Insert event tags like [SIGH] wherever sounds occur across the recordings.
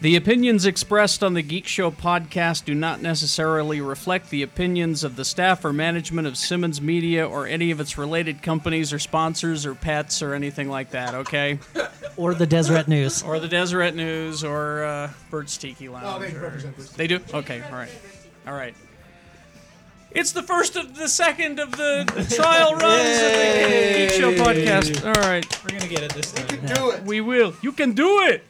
The opinions expressed on the Geek Show podcast do not necessarily reflect the opinions of the staff or management of Simmons Media or any of its related companies or sponsors or pets or anything like that, okay? Or the Deseret News. Or the Deseret News or uh, Bird's Tiki Oh, Lounge. they or- represent Bird's Tiki. They do? Okay, all right. All right. It's the first of the second of [LAUGHS] the trial runs of the Geek Show podcast. All right. We're gonna get it this time. Do it. We will. You can do it.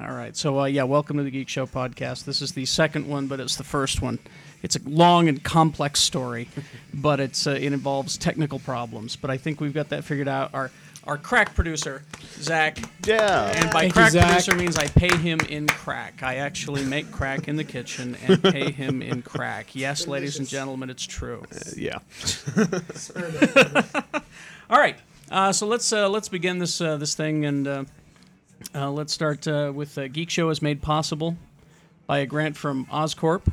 All right. So uh, yeah, welcome to the Geek Show podcast. This is the second one, but it's the first one. It's a long and complex [LAUGHS] story, but it's uh, it involves technical problems. But I think we've got that figured out. Our our crack producer, Zach, Yeah. and by Thank you, crack Zach. producer means I pay him in crack. I actually make crack in the kitchen and pay him in [LAUGHS] crack. Yes, ladies and gentlemen, it's true. Uh, Yeah. [LAUGHS] All right. Uh, so let's uh, let's begin this uh, this thing, and uh, uh, let's start uh, with uh, Geek Show is made possible by a grant from Oscorp.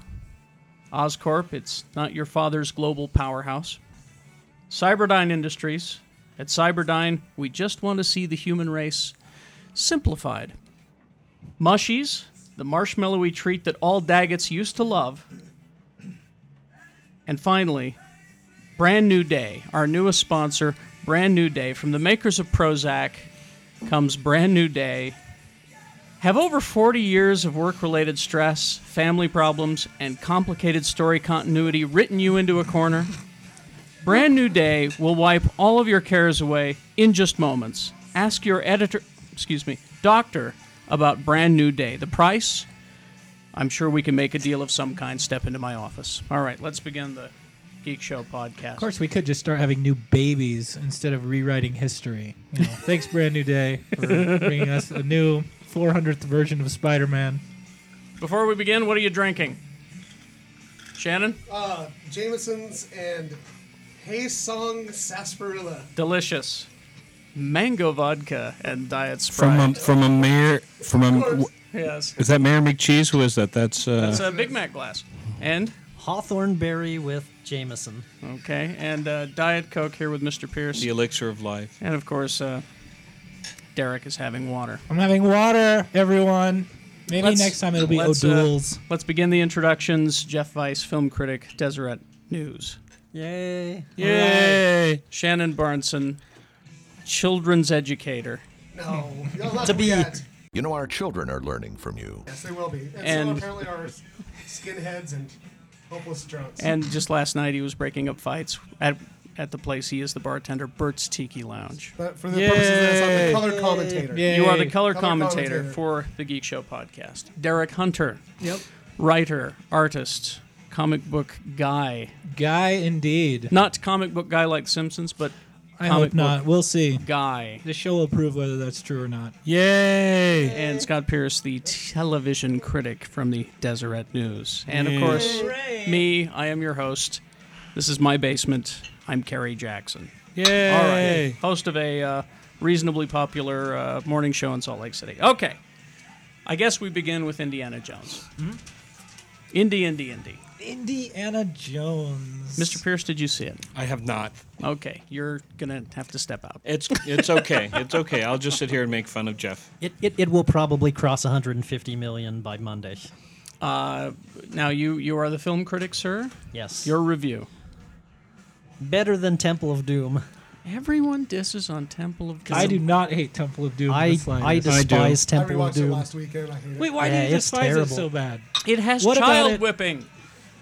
Oscorp, it's not your father's global powerhouse. Cyberdyne Industries. At Cyberdyne, we just want to see the human race simplified. Mushies, the marshmallowy treat that all Daggets used to love. And finally, Brand New Day, our newest sponsor, Brand New Day. From the makers of Prozac comes Brand New Day. Have over 40 years of work related stress, family problems, and complicated story continuity written you into a corner? Brand New Day will wipe all of your cares away in just moments. Ask your editor, excuse me, doctor about Brand New Day. The price? I'm sure we can make a deal of some kind. Step into my office. All right, let's begin the Geek Show podcast. Of course, we could just start having new babies instead of rewriting history. [LAUGHS] You know, thanks, brand new day, for bringing us a new 400th version of Spider-Man. Before we begin, what are you drinking? Shannon? Uh, Jameson's and Hey Song Sarsaparilla. Delicious. Mango vodka and diet From um, a, Sprite. from a mayor from a w- yes. is that Mayor McCheese? Who is that? That's uh, It's a Big Mac glass. And? Hawthorne berry with Jameson. Okay. And uh, Diet Coke here with Mr. Pierce. the elixir of life. And of course, uh, Derek is having water. I'm having water, everyone. Maybe Let's- next time it'll be let's, uh, O'Doul's. Let's begin the introductions. Jeff Weiss, film critic, Deseret News. Yay. Yay! Shannon Barneson, children's educator. No, you'll not To be. forget. You know, our children are learning from you. Yes, they will be. And, And- so apparently are skinheads and hopeless drunks. And just last night, he was breaking up fights at at the place he is the bartender, Bert's Tiki Lounge. but for the purposes of this, I'm the color commentator. Yay. You are the color, Color commentator, commentator. for the Geek Show podcast. Derek Hunter, Yep. writer, artist, comic book guy. Guy, indeed. Not comic book guy like Simpsons, but I comic hope not. book We'll see. guy. The show will prove whether that's true or not. Yay! And Scott Pierce, the television critic from the Deseret News. And of course, me, I am your host. This is my basement. I'm Kerry Jackson. Yay! All right. Host of a uh, reasonably popular uh, morning show in Salt Lake City. Okay. I guess we begin with Indiana Jones. Indy, Indy, Indy. Indiana Jones. Mr. Pierce, did you see it? I have not. Okay. You're going to have to step out. It's it's okay. It's okay. I'll just sit here and make fun of Jeff. It, it, it will probably cross 150 million by Monday. Now, you, you are the film critic, sir. Yes. Your review. better than Temple of Doom. Everyone disses on Temple of Doom. I do not hate Temple of Doom. I, the slightest. I despise I Temple of rewatched it Doom. last weekend. I hate it. Wait, why Yeah, do you it's despise it terrible. so bad? It has What about child it- whipping.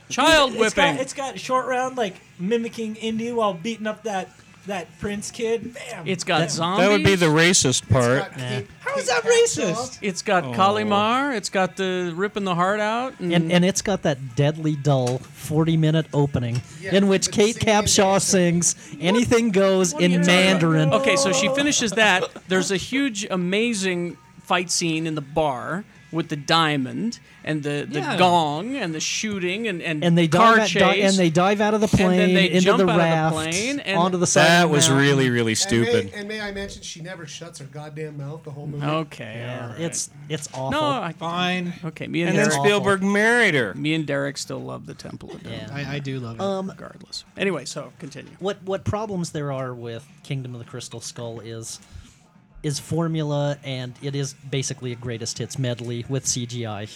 Child It's whipping. got, it's got short round like mimicking Indy while beating up that that Prince kid. Bam. it's got zombies. That would be the racist part. How is that racist? It's got Kalimar. It's got the ripping the heart out. Oh. And, And, and it's got that deadly dull 40 minute opening Yeah, in which but Kate singing and Capshaw sings Anything Goes in Mandarin. Okay, so she finishes that. There's a huge, amazing fight scene in the bar with the diamond and the, the Yeah. gong and the shooting and and, And they car dive out, chase di- and they dive out of the plane and then they into jump the out of the raft plane, and- onto the side. That of the was mountain. really really And may, stupid. and may I mention she never shuts her goddamn mouth the whole movie. Okay, Yeah, all right. It's it's awful. no. I, Fine. okay, me and, And then Derek. awful. Spielberg [LAUGHS] married her. Me and Derek still love the Temple of Doom, um, yeah. Um, I, I do Oh, love it. regardless. Anyway, so continue. what what problems there are with Kingdom of the Crystal Skull is is formula, and it is basically a greatest hits medley with CGI.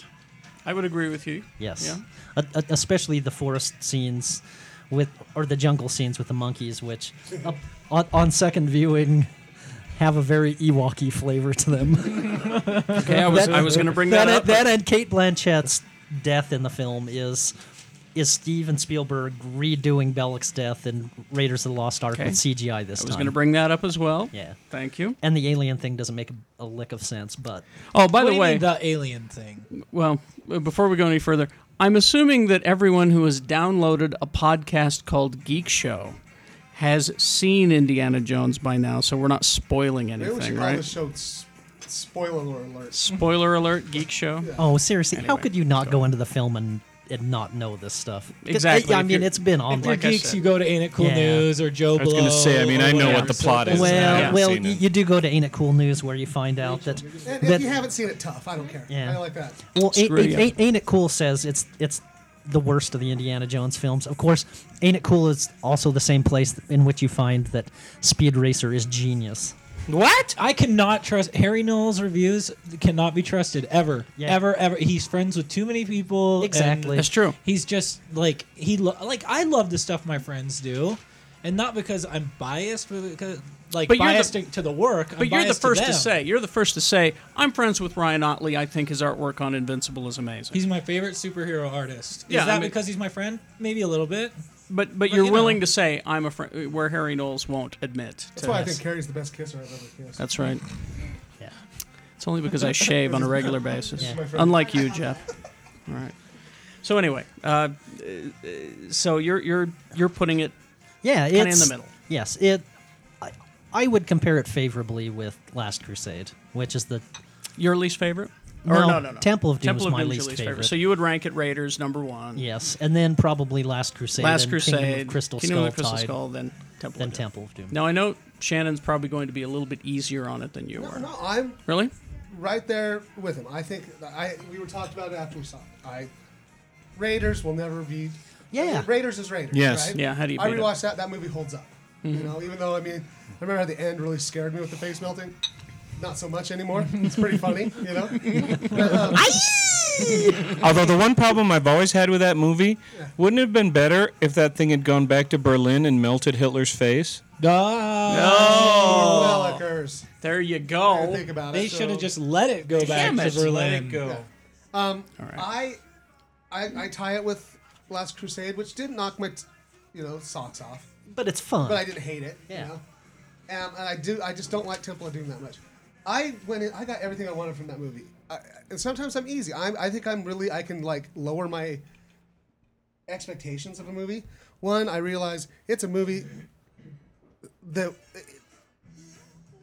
I would agree with you. Yes, Yeah. A- a- especially the forest scenes with or the jungle scenes with the monkeys, which up, on, on second viewing have a very Ewoky flavor to them. Okay, I was I was going to bring that, that, up. and, that and Kate Blanchett's death in the film is is Steven Spielberg redoing Belloc's death in Raiders of the Lost Ark Okay. with CGI this I was time. going to bring that up as well. yeah. Thank you. And the alien thing doesn't make a, a lick of sense, but Oh, by What do the you way, mean the alien thing. well, uh, before we go any further, I'm assuming that everyone who has downloaded a podcast called Geek Show has seen Indiana Jones by now, so we're not spoiling Maybe we anything, should call the right? show s- Spoiler Alert. Spoiler alert, Geek Show. Oh, seriously, how Anyway, could you not go into the film and, and not know this stuff? 'Cause, eh, Exactly, I, I if mean, you're- it's been on If you're like I there. geeks, said. you go to Ain't It Cool Yeah. News or Joe I was gonna say, I mean, Blow I or know whatever. what the plot is. So- Well, Yeah. well, Seen you, it. you do go to Ain't It Cool News where you find out that. And if that you haven't seen it, tough. I don't care. Yeah. I like that. well, Ain't, Screw you. Ain't, Ain't- Ain't It Cool says it's it's the worst of the Indiana Jones films. Of course, Ain't It Cool is also the same place in which you find that Speed Racer is genius. What? I cannot trust Harry Knowles' reviews. Cannot be trusted ever, Yeah. ever, ever. He's friends with too many people. and Exactly. That's true. He's just like he lo- like I love the stuff my friends do, and not because I'm biased, but because like But you're the- biased to, to the work. I'm But you're the biased first to, them. say. You're the first to say. I'm friends with Ryan Otley. I think his artwork on Invincible is amazing. he's my favorite superhero artist. Yeah, I Is that mean- because he's my friend? Maybe a little bit. but but you're you know. willing to say I'm a friend where Harry Knowles won't admit. That's to why I this. think Carrie's the best kisser I've ever kissed. That's right. Yeah. It's only [LAUGHS] because I shave on a regular basis, Yeah. My friend. unlike you, [LAUGHS] Jeff. All right. So anyway, uh, uh, so you're you're you're putting it. Yeah, it's in the middle. Yes, it. I, I would compare it favorably with Last Crusade, which is the Your least favorite? No, Temple of Doom is my Doom's your least favorite. So you would rank it Raiders number one. yes, and then probably Last Crusade, Last and Crusade, Kingdom of Crystal Kingdom Skull, of the Crystal tied, Skull, then Temple. then of Doom. Temple of Doom. Now I know Shannon's probably going to be a little bit easier on it than you are. No, no, I'm Really? right there with him. I think I we were talked about it after we saw it. I Raiders will never be. Yeah. Raiders is Raiders. Yes. right? Yeah, how do you I beat it? Mm-hmm. rewatched that. That movie holds up. You know, even though I mean, I remember how the end really scared me with the face melting. Not so much anymore. It's pretty funny, [LAUGHS] you know. But, um, Although the one problem I've always had with that movie, wouldn't it have been better if that thing had gone back to Berlin and melted Hitler's face? No, Oh. well, occurs. There you go. Think about it. they should have So- just let it go back Damn to it. Berlin. Um, right. I, I, I tie it with Last Crusade, which did knock my, t- you know, socks off, But it's fun. but I didn't hate it. Yeah. You know? um, and I do. I just don't like Temple of Doom that much. I went. In, I got everything I wanted from that movie. I, and sometimes I'm easy. I'm, I think I'm really. I can like lower my expectations of a movie. One, I realize it's a movie that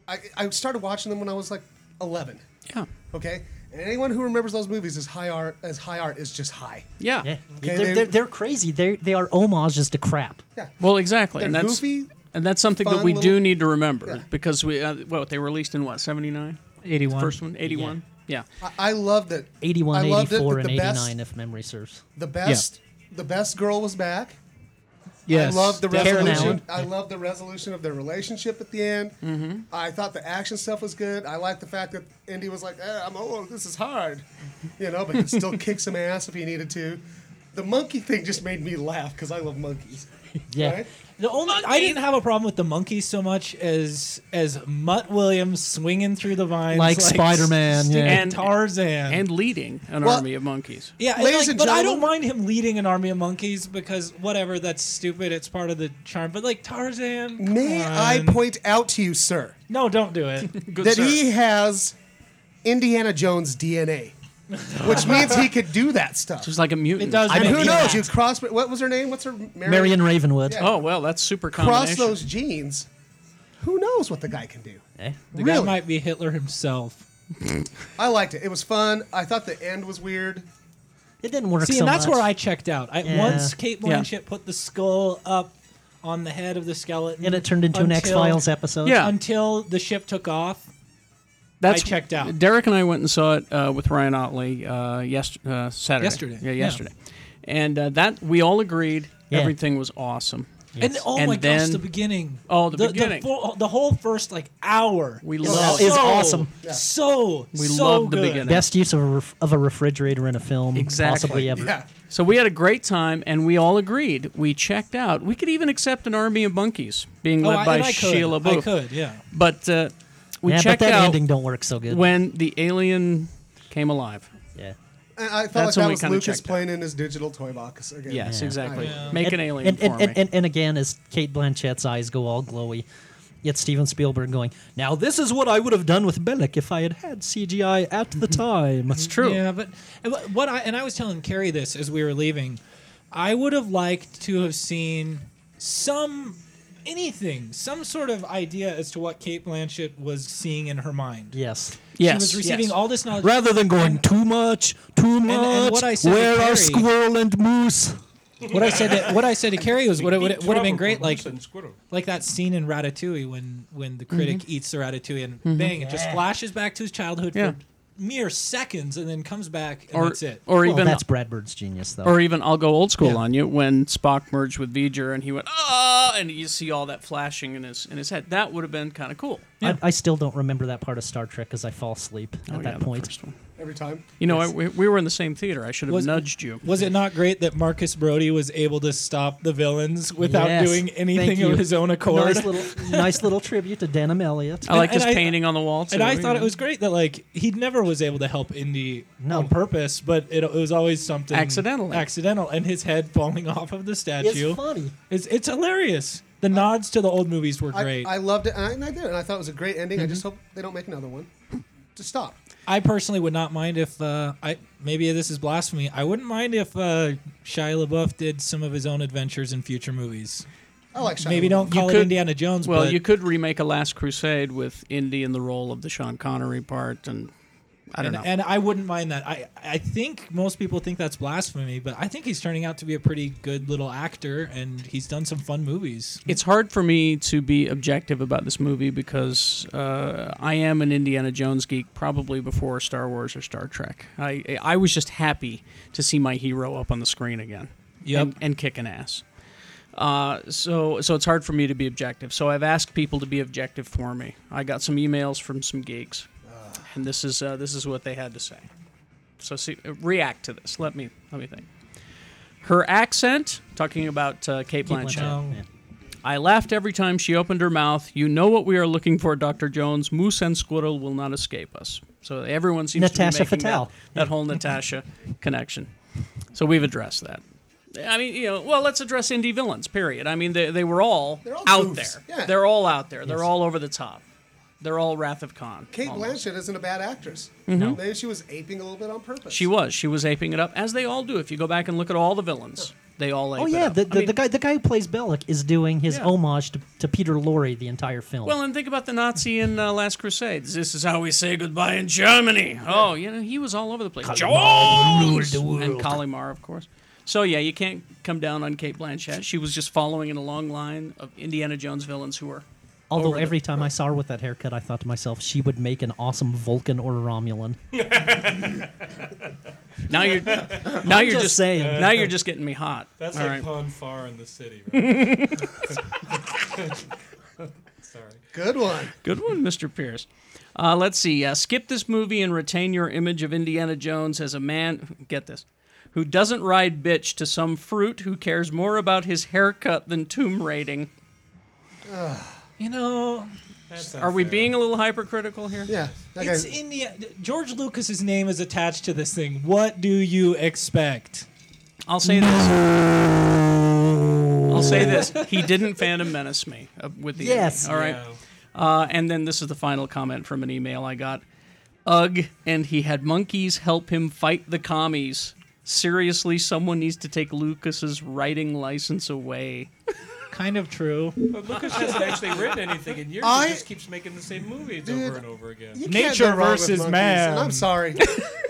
I, I started watching them when I was like 11. Yeah. Okay, and anyone who remembers those movies as high art as high art is just high. Yeah. yeah, Okay, they're, they- they're, they're crazy. They they are homages to crap. Yeah. Well, exactly. They're and that's goofy, and that's something that fun we do little- need to remember Yeah. because we uh, what they were released in what 79? Eighty-one. First one, 81. Yeah. I, I loved it. 81, I loved it 84, that and the 89, Best, if memory serves. the best, the best girl was back. Yes, I love the definitely. resolution. Allen. I love the resolution of their relationship at the end. Mm-hmm. I thought the action stuff was good. I liked the fact that Indy was like, eh, "I'm old. This is hard," you know, but could still kick some ass if he needed to. The monkey thing just made me laugh because I love monkeys. Yeah. Right? The only I didn't have a problem with the monkeys so much as as Mutt Williams swinging through the vines Like Spider-Man, Steve yeah. And- Tarzan, And leading an Well- army of monkeys. yeah, Ladies like, and but I gentlemen- don't mind him leading an army of monkeys because whatever, that's stupid. It's part of the charm. But like Tarzan, come May on. I point out to you, sir, No, don't do it. Good that sir. he has Indiana Jones DNA, which means he could do that stuff. Just like a mutant. It does I- And who make me knows? laugh. You cross. What was her name? What's her Marion? Marion Ravenwood. Yeah. oh well, that's super combination. cross those genes. Who knows what the guy can do? Eh? The guy Really? might be Hitler himself. I liked it. It was fun. I thought the end was weird. It didn't work See, so and that's much. where I checked out. I, Yeah. Once Kate Yeah. Blanchett put the skull up on the head of the skeleton, And it turned into an until- X Files episode. Yeah. Until the ship took off, That's I checked out. Derek and I went and saw it uh, with Ryan Otley uh, yes, uh, Saturday. Yesterday, Yeah, yeah. yesterday. And uh, that we all agreed Yeah. everything was awesome. And oh And my then- gosh, the beginning. Oh, the beginning. full- the whole first like hour. We is love- so, Is awesome. So We so love the good. beginning. Best use of a, ref- of a refrigerator in a film Exactly. possibly ever. Yeah. So we had a great time, and we all agreed. We checked out. We could even accept an army of monkeys being Oh, led I, by and I could. Sheila I Booth. could, yeah. But uh, we yeah, but checked that out ending don't work so good. when the alien came alive. yeah. And I felt That's when we like that was kinda Lucas checked playing in his digital toy box again. Yes, Yeah. exactly. Yeah. Make and, an alien and, for and, me. and, and, and again, as Kate Blanchett's eyes go all glowy, yet Steven Spielberg going, "Now this is what I would have done with Bellick if I had had CGI at the time." That's True. Mm-hmm. Yeah, but and what- what I and I was telling Carrie this as we were leaving, I would have liked to have seen some anything, some sort of idea as to what Kate Blanchett was seeing in her mind. Yes. Yes, she was receiving yes. all this knowledge. Rather than going too much, too much. and what I said to where are Carrie- squirrel and moose? what I said, to, what I said to Carrie was, what it would, it would have been great, like Well, like that scene in Ratatouille when when the critic Mm-hmm. eats the ratatouille and bang, it just flashes back to his childhood Yeah. for mere seconds and then comes back and or that's it. or Well, even that's Brad Bird's genius, though. e- or even I'll go old school Yeah. on you when Spock merged with V'ger and he went ah, and you see all that flashing in his in his head. That would have been kind of cool. I, I still don't remember that part of Star Trek because I fall asleep Oh, at yeah, that the point. first one. Every time. You know, I, we, we were in the same theater. I should have Was- nudged you. Was it not great that Marcus Brody was able to stop the villains without Yes. doing anything Thank you. of his own accord? Oh, Nice little, nice little tribute to [LAUGHS] Denham Elliott. I like and this I- painting on the wall too. and I you thought know. it was great that like he never was able to help Indy No. on purpose, but it, it was always something Accidentally. accidental, and his head falling [LAUGHS] off of the It's statue. funny. It's it's hilarious. The nods to the old movies were I, great. I I, loved it, and I, and I did, and I thought it was a great ending. I just Mm-hmm. hope they don't make another one. Just stop. personally would not mind if uh, I maybe this is blasphemy. I wouldn't mind if uh, Shia LaBeouf did some of his own adventures in future movies. I like Shia Maybe LaBeouf. don't You call it could- Indiana Jones. Well, but you could remake a Last Crusade with Indy in the role of the Sean Connery part, and I don't and, know. and I wouldn't mind that. I I think most people think that's blasphemy, but I think he's turning out to be a pretty good little actor, and he's done some fun movies. it's hard for me to be objective about this movie because uh, I am an Indiana Jones geek, probably before Star Wars or Star Trek. I I was just happy to see my hero up on the screen again, Yep. and, and kicking ass. Uh, so so it's hard for me to be objective. So I've asked people to be objective for me. I got some emails from some geeks, and this is uh, this is what they had to say. So see, react to this. Let me let me think. Her accent, talking about uh, Kate Keep Blanchett. watching. Yeah. I laughed every time she opened her mouth. You know what we are looking for, Dr. Jones. Moose and squirrel will not escape us. So everyone seems to be Natasha making that- Fatale. That, whole Natasha connection. So we've addressed that. I mean, you know, well, let's address indie villains, period. I mean, they, they were all, They're all out goofs. there. Yeah. They're all out there. They're all over the top. They're all Wrath of Khan. Kate almost. Blanchett isn't a bad actress. Maybe she was aping a little bit on purpose. Mm-hmm. She was. She was aping it up, as they all do. If you go back and look at all the villains, they all ape Oh it yeah, up. the, I the, mean, the guy the guy who plays Bellick is doing his Yeah. homage to, to Peter Lorre the entire film. Well, and think about the Nazi in uh, Last Crusades. This is how we say goodbye in Germany. Oh, you know, he was all over the place. Jones! And Kalimar, of course. So, yeah, you can't come down on Kate Blanchett. She was just following in a long line of Indiana Jones villains who were. Although over the- every time I saw her with that haircut, I thought to myself, she would make an awesome Vulcan or Romulan. Now you're, now you're just just, saying. Now you're just getting me hot. That's All like right. Pon Far in the city, right? Sorry. Good one. Good one, Mr. Pierce. Uh, let's see. Uh, skip this movie and retain your image of Indiana Jones as a man. Get this. Who doesn't ride bitch to some fruit who cares more about his haircut than tomb raiding? You know, That's Are we being a little hypercritical here? Yeah. That [LAUGHS] it's guy- India. George Lucas's name is attached to this thing. What do you expect? I'll say this. I'll say this. He didn't Phantom Menace me uh, with the Yes. ending, all right. Uh, and then this is the final comment from an email I got. Ugh, and he had monkeys help him fight the commies. Seriously, someone needs to take Lucas's writing license away. Kind of true. But Lucas hasn't actually written anything in years. I- he just keeps making the same movies Dude, over and over again. you can't Nature go wrong with versus monkeys, man. and [LAUGHS] I'm sorry.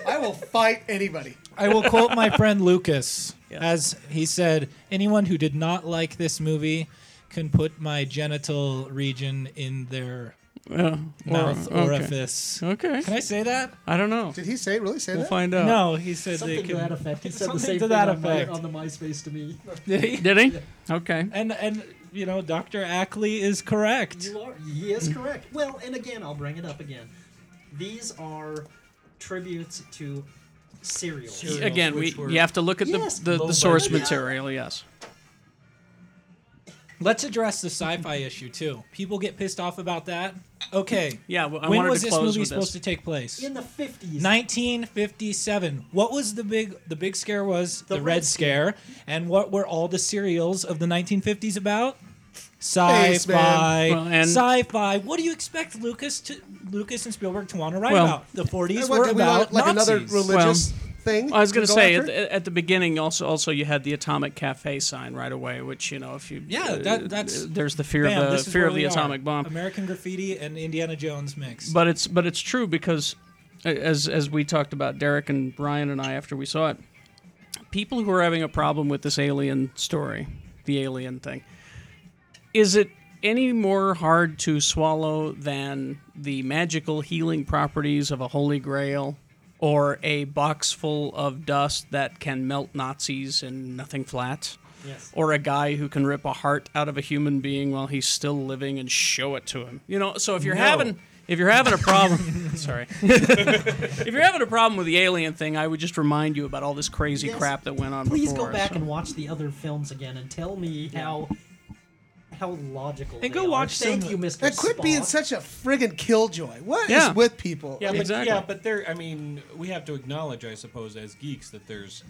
I will fight anybody. I will quote my [LAUGHS] friend Lucas as he said, "Anyone who did not like this movie can put my genital region in their mouth okay. orifice." Okay. Can I say that? I don't know. Did he say really say We'll that? find out. No, he said Something they to that can. effect. He said the Something same to thing that on, my, effect. on the MySpace to me. Did he? Did he? Okay. [LAUGHS] And and you know, Dr. Ackley is correct. You are. He [CLEARS THROAT] is correct. Well, and again, I'll bring it up again. These are tributes to serials. Serial. Again, we Which were- you have to look at Yes, the, the, low the source budget. material. Yes. Let's address the sci-fi issue too. People get pissed off about that. Okay. Yeah, well, I when wanted was to this close movie with supposed this. to take place? In the 50s. 1957. What was the big the big scare was the, Red, Red Scare. and what were all the serials of the 1950s about? Spaceman. Sci-fi, Well, and- sci-fi. What do you expect Lucas to Lucas and Spielberg to want to write Well- about? The 40s What, were do we about want, like another Nazis. religious thing. I was going to to go say at, after? the- at the beginning. Also, also you had the atomic cafe sign right away, which you know if you Yeah, that- that's- Uh, there's the fear Bam, of this the is fear where of the we are. atomic bomb. American Graffiti and Indiana Jones mix. But it's but it's true because a- as as we talked about Derek and Brian and I after we saw it, people who are having a problem with this alien story, the alien thing, is it any more hard to swallow than the magical healing properties of a holy grail or a box full of dust that can melt Nazis and nothing flat? Yes. or a guy who can rip a heart out of a human being while he's still living and show it to him. You know, so if you're having if you're having a problem, [LAUGHS] sorry. if you're having a problem with the alien thing, I would just remind you about all this crazy Yes. crap that went on Please before. go back so- and watch the other films again and tell me how how logical. And they go are. watch Thank some- you, Mr. And quit Spock. being such a friggin' killjoy. What is Yeah. with people? Yeah, but, Exactly. yeah, but there. I mean, we have to acknowledge, I suppose, as geeks, that there's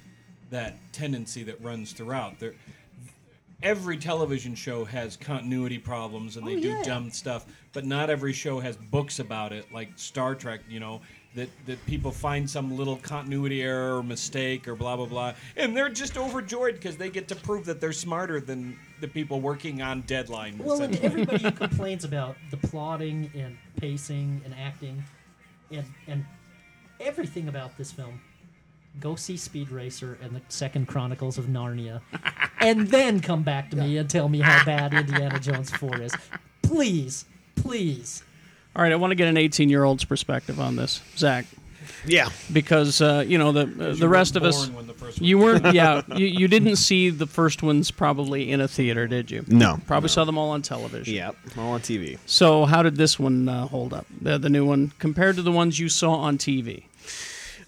that tendency that runs throughout. There, every television show has continuity problems, Oh, and they do dumb stuff. But not every show has books about it, like Star Trek. You know that that people find some little continuity error or mistake or blah blah blah, and they're just overjoyed because they get to prove that they're smarter than the people working on deadline. Well, and essentially. [LAUGHS] everybody who complains about the plotting and pacing and acting and and everything about this film, go see Speed Racer and the Second Chronicles of Narnia, and then come back to me and tell me how bad Indiana Jones Four is. Please, please. All right, I want to get an 18-year-old's perspective on this, Zach, Yeah. because uh, you know the uh, You the rest of weren't us. born when the first one You [LAUGHS] weren't, yeah. You, you didn't see the first ones probably in a theater, did you? No. Probably saw them all on television. Yep. All on TV. So, how did this one uh, hold up? The, the new one compared to the ones you saw on TV?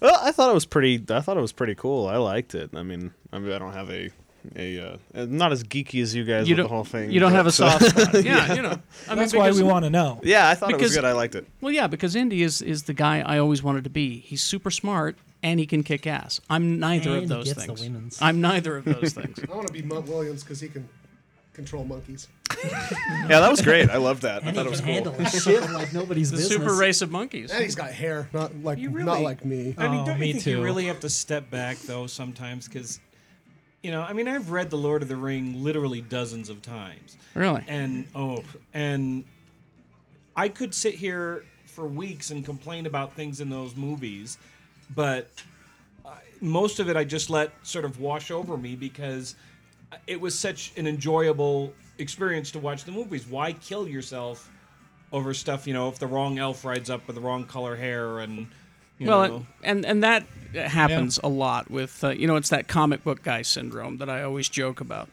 Well, I thought it was pretty. I thought it was pretty cool. I liked it. I mean, I mean, I don't have a a uh, I'm not as geeky as you guys you with don't the whole thing. You don't but, have a uh, soft spot. Yeah, you know. I mean, That's why because- we want to know. [LAUGHS] Yeah, I thought it Because- was good. I liked it. Well, yeah, because Indy is is the guy I always wanted to be. He's super smart and he can kick ass. I'm neither And of he those gets the things. women's. I'm neither of those things. I want to be Monk Williams because he can control monkeys. Yeah, that was great. I loved that. [LAUGHS] I And thought it he was can cool. handle shit like nobody's The [LAUGHS] business. super race of monkeys. And he's got hair, not like You really- not like me. I mean, Oh, don't me you think too. you really have to step back though sometimes? Because you know, I mean, I've read The Lord of the Ring literally dozens of times, Really? and oh, and I could sit here for weeks and complain about things in those movies, but I- most of it I just let sort of wash over me because it was such an enjoyable experience to watch the movies. Why kill yourself over stuff? You know, if the wrong elf rides up with the wrong color hair and. You Well, know. it, and and that happens a lot with uh, you know it's that comic book guy syndrome that I always joke about.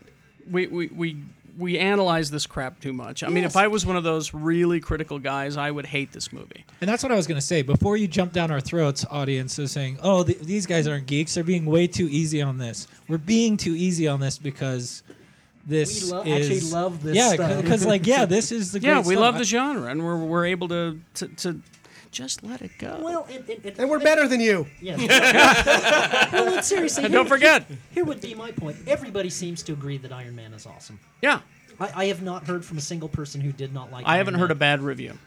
We we we we analyze this crap too much. I mean, if I was one of those really critical guys, I would hate this movie. And that's what I was going to say. Before you jump down our throats, audience is saying, oh, th- these guys aren't geeks. They're being way too easy on this. We're being too easy on this because this We lo- is. actually love this Yeah, stuff. because, like, yeah, this is the Yeah, great we stuff. love the genre, and we're we're able to to, to just let it go. Well, it, it, it, And we're better than you. [LAUGHS] Yes. [LAUGHS] well, and seriously, and here- don't [LAUGHS] forget, Here would be my point. Everybody seems to agree that Iron Man is awesome. yeah, I, I have not heard from a single person who did not like. I Iron haven't Man. heard a bad review.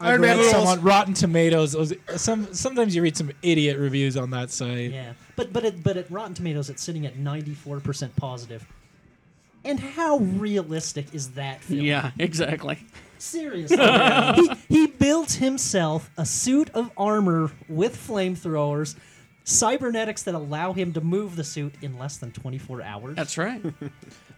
I Iron Man read some rules. on Rotten Tomatoes. It was- Some sometimes you read some idiot reviews on that site. Yeah, but but at, but at Rotten Tomatoes, it's sitting at ninety four percent positive. And how realistic is that film? Yeah, [LAUGHS] exactly. [LAUGHS] Seriously, he he built himself a suit of armor with flamethrowers, cybernetics that allow him to move the suit in less than twenty four hours. That's right. Well,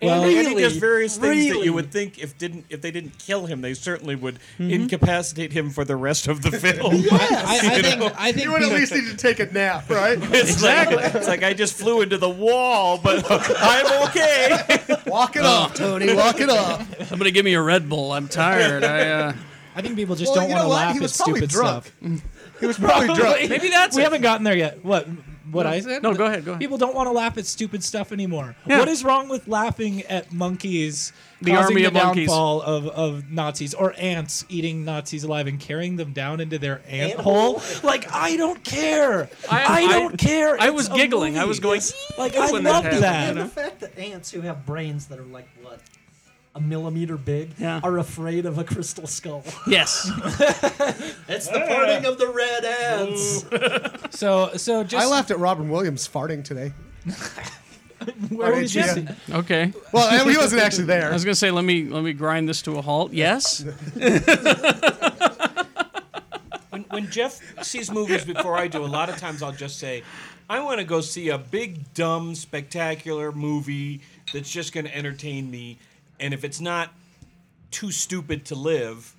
and, and he really, does various things that really. you would think if didn't if they didn't kill him, they certainly would incapacitate him for the rest of the film. [LAUGHS] I, I think I think You would at people- least need to take a nap, right? [LAUGHS] It's like, it's like I just flew into the wall, but I'm okay. [LAUGHS] Walk it off, Tony. Walk it off. Somebody give me a Red Bull. I'm tired. I, uh, I think people just Well, don't you know want to what? laugh He was at probably stupid drunk. stuff. He was probably drunk. Maybe that's we haven't gotten there yet. What what I said? no, go ahead, go ahead. People don't want to laugh at stupid stuff anymore. Yeah. What is wrong with laughing at monkeys? The causing army the of monkeys. downfall of, of Nazis or ants eating Nazis alive and carrying them down into their ant hole. Like I don't care. I- I, I- don't care. I It's was a giggling. I movie. was going, It's- like I when that love happened, [LAUGHS] that. And the fact that ants who have brains that are like what a millimeter big Yeah. are afraid of a crystal skull. yes. [LAUGHS] It's the parting of the red ants. So so just I laughed at Robin Williams farting today. where on was Jesse? HBO. Okay. Well, he [LAUGHS] wasn't actually I there. was gonna say let me let me grind this to a halt. Yes. When, when Jeff sees movies before I do, a lot of times I'll just say, I want to go see a big, dumb, spectacular movie that's just going to entertain me. And if it's not too stupid to live,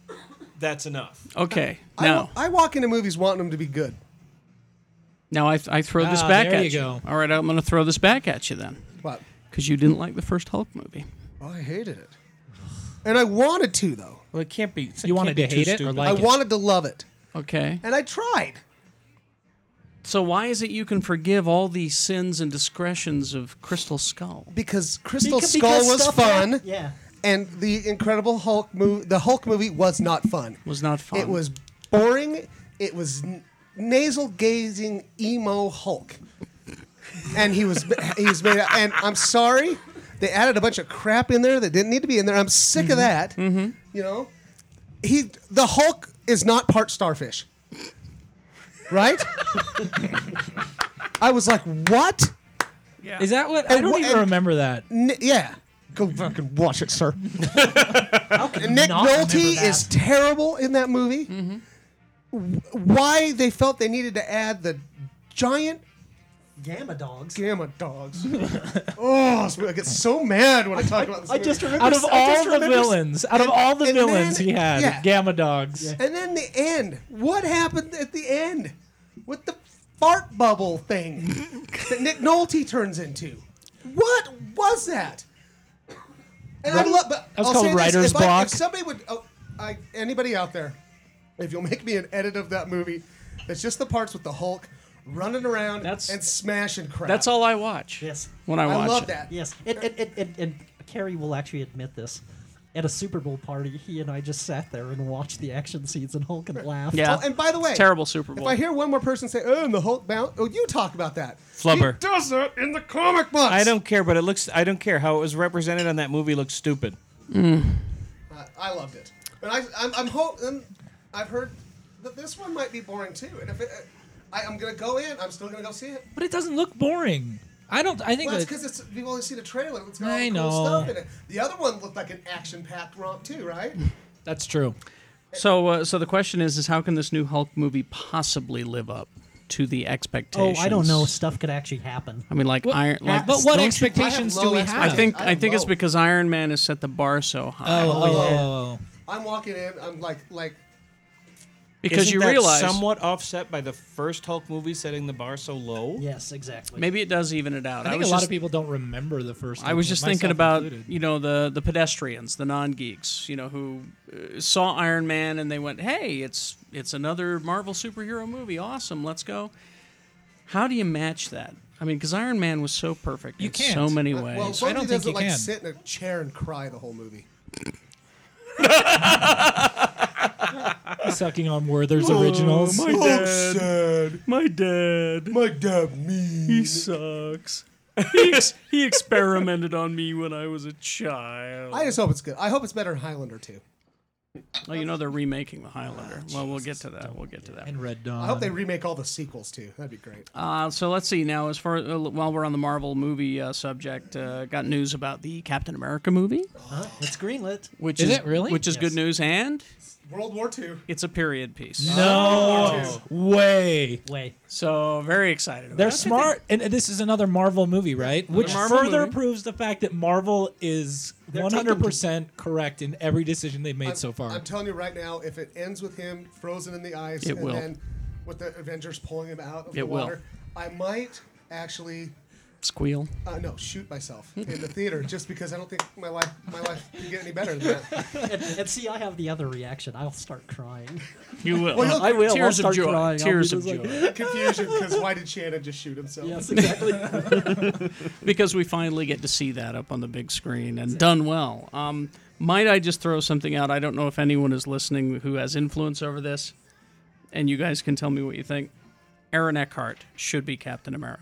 that's enough. Okay. I, Now wa- I walk into movies wanting them to be good. now I, I throw this Ah, back there at you go. All right, I'm gonna throw this back at you then, But because you didn't like the first Hulk movie. I hated it. And I wanted to, though. Well, it can't be. You wanted to hate it or I like it? wanted to love it. Okay. And I tried. So why is it you can forgive all the sins and discretions of Crystal Skull? Because Crystal Because- Skull because was stuff fun, hap- yeah. and the Incredible Hulk movie, the Hulk movie was not fun. Was not fun. It was boring. It was n- nasal gazing emo Hulk, and he was he was made. Out, and I'm sorry, they added a bunch of crap in there that didn't need to be in there. I'm sick of that. You know, he the Hulk is not part starfish, right? I was like, what? Is that what? I And don't wha- even and- remember that. N- yeah. Go fucking watch it, [LAUGHS] sir. And Nick not remember Nolte that? Mm-hmm. is terrible in that movie. Wh- Why they felt they needed to add the giant Gamma dogs. gamma dogs. [LAUGHS] oh, I get so mad when I talk about this. I movie. just remember Out of I all just the remember- villains, out of and- all the and then- villains he had, yeah. Gamma Dogs. and then the end. What happened at the end with the fart bubble thing [LAUGHS] that Nick Nolte turns into? What was that? And I love. But That's I'll called say this, writer's if I- block. if somebody would, oh, I, anybody out there, if you'll make me an edit of that movie, that's just the parts with the Hulk running around That's- and smashing crap. That's all I watch. Yes. When I I, watch love it. that. Yes, and, and, and, and, and Carrie will actually admit this. At a Super Bowl party, he and I just sat there and watched the action scenes and Hulk and laughed. Yeah. Oh, and by the way, Terrible Super If Bowl. I hear one more person say, "Oh, and the Hulk bound," oh, you talk about that. Flubber. He does that in the comic books. I don't care, but it looks. I don't care how it was represented on that movie. Looks stupid. I- I loved it, and I, I'm, I'm hoping. I've heard that this one might be boring too, and if it, I, I'm gonna go in, I'm still gonna go see it. But it doesn't look boring. I don't. I think Well, that- that's because it's we've only seen a trailer. It's got all I the cool know. stuff in it. The other one looked like an action-packed romp too, right? that's true. So uh, so the question is is how can this new Hulk movie possibly live up to the Oh, expectations? I don't know. Stuff could actually happen. I mean, like Iron. Like, but what don't you- expectations I have do we low have? I think I I, don't think it's know. because Iron Man has set the bar so high. Oh, oh, yeah. oh, oh. I'm walking in, I'm like, like because Isn't you that realize somewhat offset by the first Hulk movie setting the bar so low. Yes, exactly. maybe it does even it out. I think was a lot just, of people don't remember the first. I was Hulk, just myself thinking about included. you know the the pedestrians, the non geeks, you know who uh, saw Iron Man and they went, "Hey, it's it's another Marvel superhero movie. Awesome, let's go." How do you match that? I mean, because Iron Man was so perfect You in can't. so many ways. Uh, well, somebody think doesn't you like can. sit in a chair and cry the whole movie. sucking on Werther's Oh, [LAUGHS] originals. sad. my dad, My dad, me. he [LAUGHS] sucks. he, ex- he experimented on me when I was a child. I just hope it's good. I hope it's better than Highlander too. Oh, you know they're remaking The Highlander. well, we'll get to that. We'll get to that. and Red Dawn. I hope they remake all the sequels too. That'd be great. Uh, so let's see now. As far uh, while we're on the Marvel movie uh, subject, uh, got news about the Captain America movie, Huh? It's greenlit. which Is it really? Which is Yes. good news, and World War II. it's a period piece. no way. Way. So very excited. About They're it. smart, and this is another Marvel movie, right? Which Marvel further movie. proves the fact that Marvel is They're one taking- hundred percent correct in every decision they've made I'm- so far. I'm telling you right now, if it ends with him frozen in the ice It and will. then with the Avengers pulling him out of It the will. water, I might actually Squeal. Uh, no, shoot myself in the theater just because I don't think my life my life can get any better than that. and, and see, I have the other reaction. I'll start crying. You will. Well, I will. I'll Tears of start joy. crying. I'll be Tears of just like- joy. Confusion because why did Shannon just shoot himself? Yes, exactly. [LAUGHS] because we finally get to see that up on the big screen and done well. Um, might I just throw something out? I don't know if anyone is listening who has influence over this, and you guys can tell me what you think. Aaron Eckhart should be Captain America.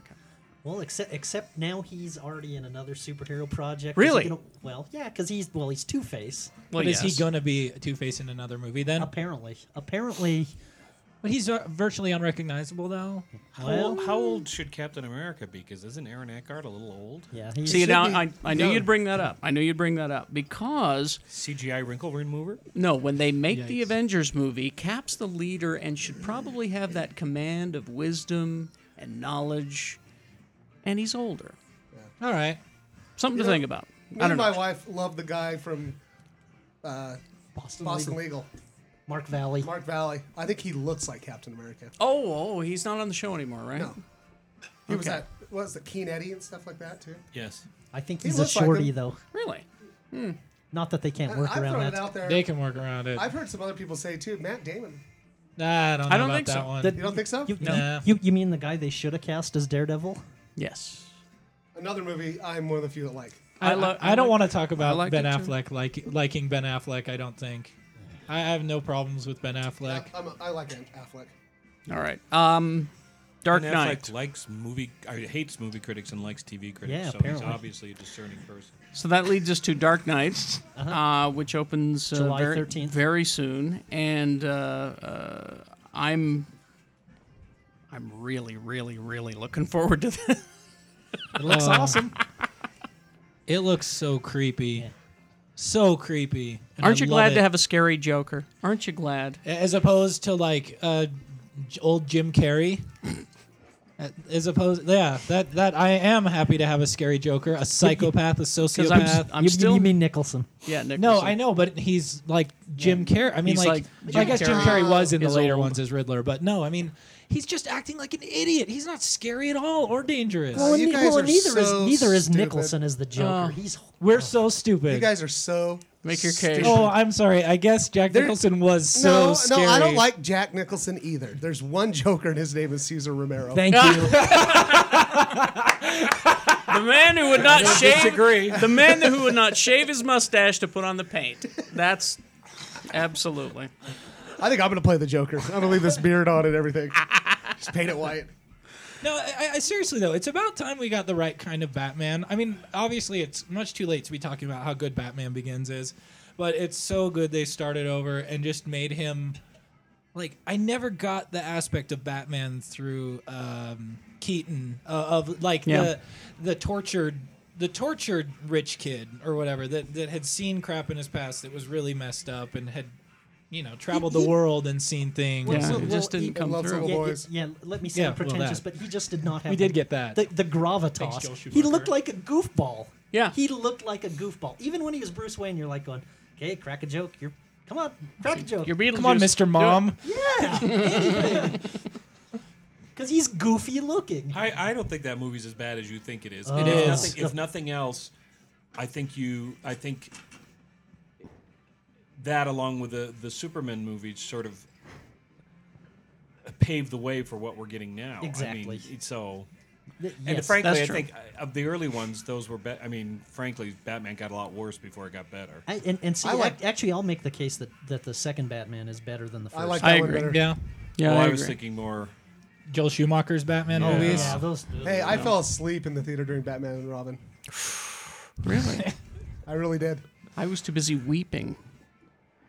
Well, except except now he's already in another superhero project. Is he Really? gonna- well, yeah, because he's well, he's Two Face. Well, but is Oh, yes. he gonna be Two Face in another movie then? Apparently, apparently, But he's uh, virtually unrecognizable though. How, Well- how old should Captain America be? Because isn't Aaron Eckhart a little old? yeah. He's, See, should now be I, I knew young. you'd bring that up. I knew you'd bring that up because CGI wrinkle remover? No, when they make the Yikes. Avengers movie, Cap's the leader and should probably have that command of wisdom and knowledge, and he's older. All right. Something to know, think about. I Me don't and my know. wife love the guy from Boston, Boston Legal. Legal, Mark Valley. Mark Valley. I think he looks like Captain America. Oh, oh, he's not on the show ananymore, right? No. He was Okay. at what was the Keen Eddie and stuff like that too. Yes. I think He he's a looks like shorty him. though. Really? Not that they can't work I've around thrown that. it out there. They can work around it. I've heard some other people say too. Matt Damon. Nah, I don't know I don't about think that so. one. That- You don't think so? You, No. you, you mean the guy they should have cast as Daredevil? Yes. Another movie I'm one of the few that like. I, I lo- I, I don't I want to talk about liked Ben it, too. Affleck like liking Ben Affleck. I don't think. I have no problems with Ben Affleck. I, I'm a, I like Affleck. All right. Um, Dark Affleck Knight. likes movie, or hates movie critics and likes TV critics, Yeah, so apparently. he's obviously a discerning person. So that leads us to Dark Knight, Uh-huh. uh, which opens uh, July very, 13th. very soon, and uh, uh, I'm I'm really, really, really looking forward to that. It looks awesome. Uh, It looks so creepy, so creepy. and Aren't I you love glad it. to have a scary Joker? Aren't you glad? as opposed to like uh, j- old Jim [COUGHS] Carrey? As opposed, yeah, that that I am happy to have a scary Joker, [LAUGHS] a psychopath, a Because I'm, sociopath. s- I'm you, still. you mean Nicholson? Uh, yeah, Nicholson. no, I know, but he's like Jim Carrey. I mean, He's like, like I Jim guess Jim Carrey Carrey was in the is later old. ones as Riddler, but no, I mean, he's just acting like an idiot. He's not scary at all or dangerous. Well, you ne- guys are neither so is neither is stupid. Nicholson as the Oh. Joker. he's We're so stupid. You guys are so. Make your case. stupid. oh, I'm sorry. I guess Jack There- Nicholson was so no, scary. no, I don't like Jack Nicholson either. There's one Joker, and his name is Caesar Romero. Thank [LAUGHS] you. the man who would not shave. The man who would not shave his mustache to put on the paint. That's absolutely. I think I'm gonna play the Joker. I'm gonna leave this beard on and everything. Just paint it white. No, I, I, seriously though, it's about time we got the right kind of Batman. I mean, obviously, it's much too late to be talking about how good Batman Begins is, but it's so good they started over and just made him. Like I never got the aspect of Batman through um, Keaton uh, of like Yeah. the the tortured the tortured rich kid or whatever that that had seen crap in his past that was really messed up and had you know traveled the world and seen things. Yeah, so- it well, just didn't he- come loves through. Little yeah, boys. yeah, yeah, let me say Yeah, I'm well, pretentious, that. but he just did not have. We did get that. the, the gravitas. Thanks, Joel he looked Schumacher. like a goofball. Yeah. he looked like a goofball. Even when he was Bruce Wayne, you're like going, "Okay, crack a joke. You're come on, crack a joke." Your Beetlejuice. Come on, Mister Mom. Because he's goofy looking. I, I don't think that movie's as bad as you think it is. Oh. And if, It is. Nothing, if nothing else, I think you. I think that, along with the the Superman movies, sort of paved the way for what we're getting now. I mean, Exactly. so, Th- and yes, frankly, that's I true. think uh, of the early ones, those were. Be- I mean, frankly, Batman got a lot worse before it got better. I, and, and see, I like- act- actually, I'll make the case that, that the second Batman is better than the first. I like that I one agree. better. Yeah. Yeah, well, I, I, agree. was thinking more. Joel Schumacher's Batman movies. yeah, those. Hey, I fell asleep in the theater during Batman and Robin. Really? I really did. I was too busy weeping.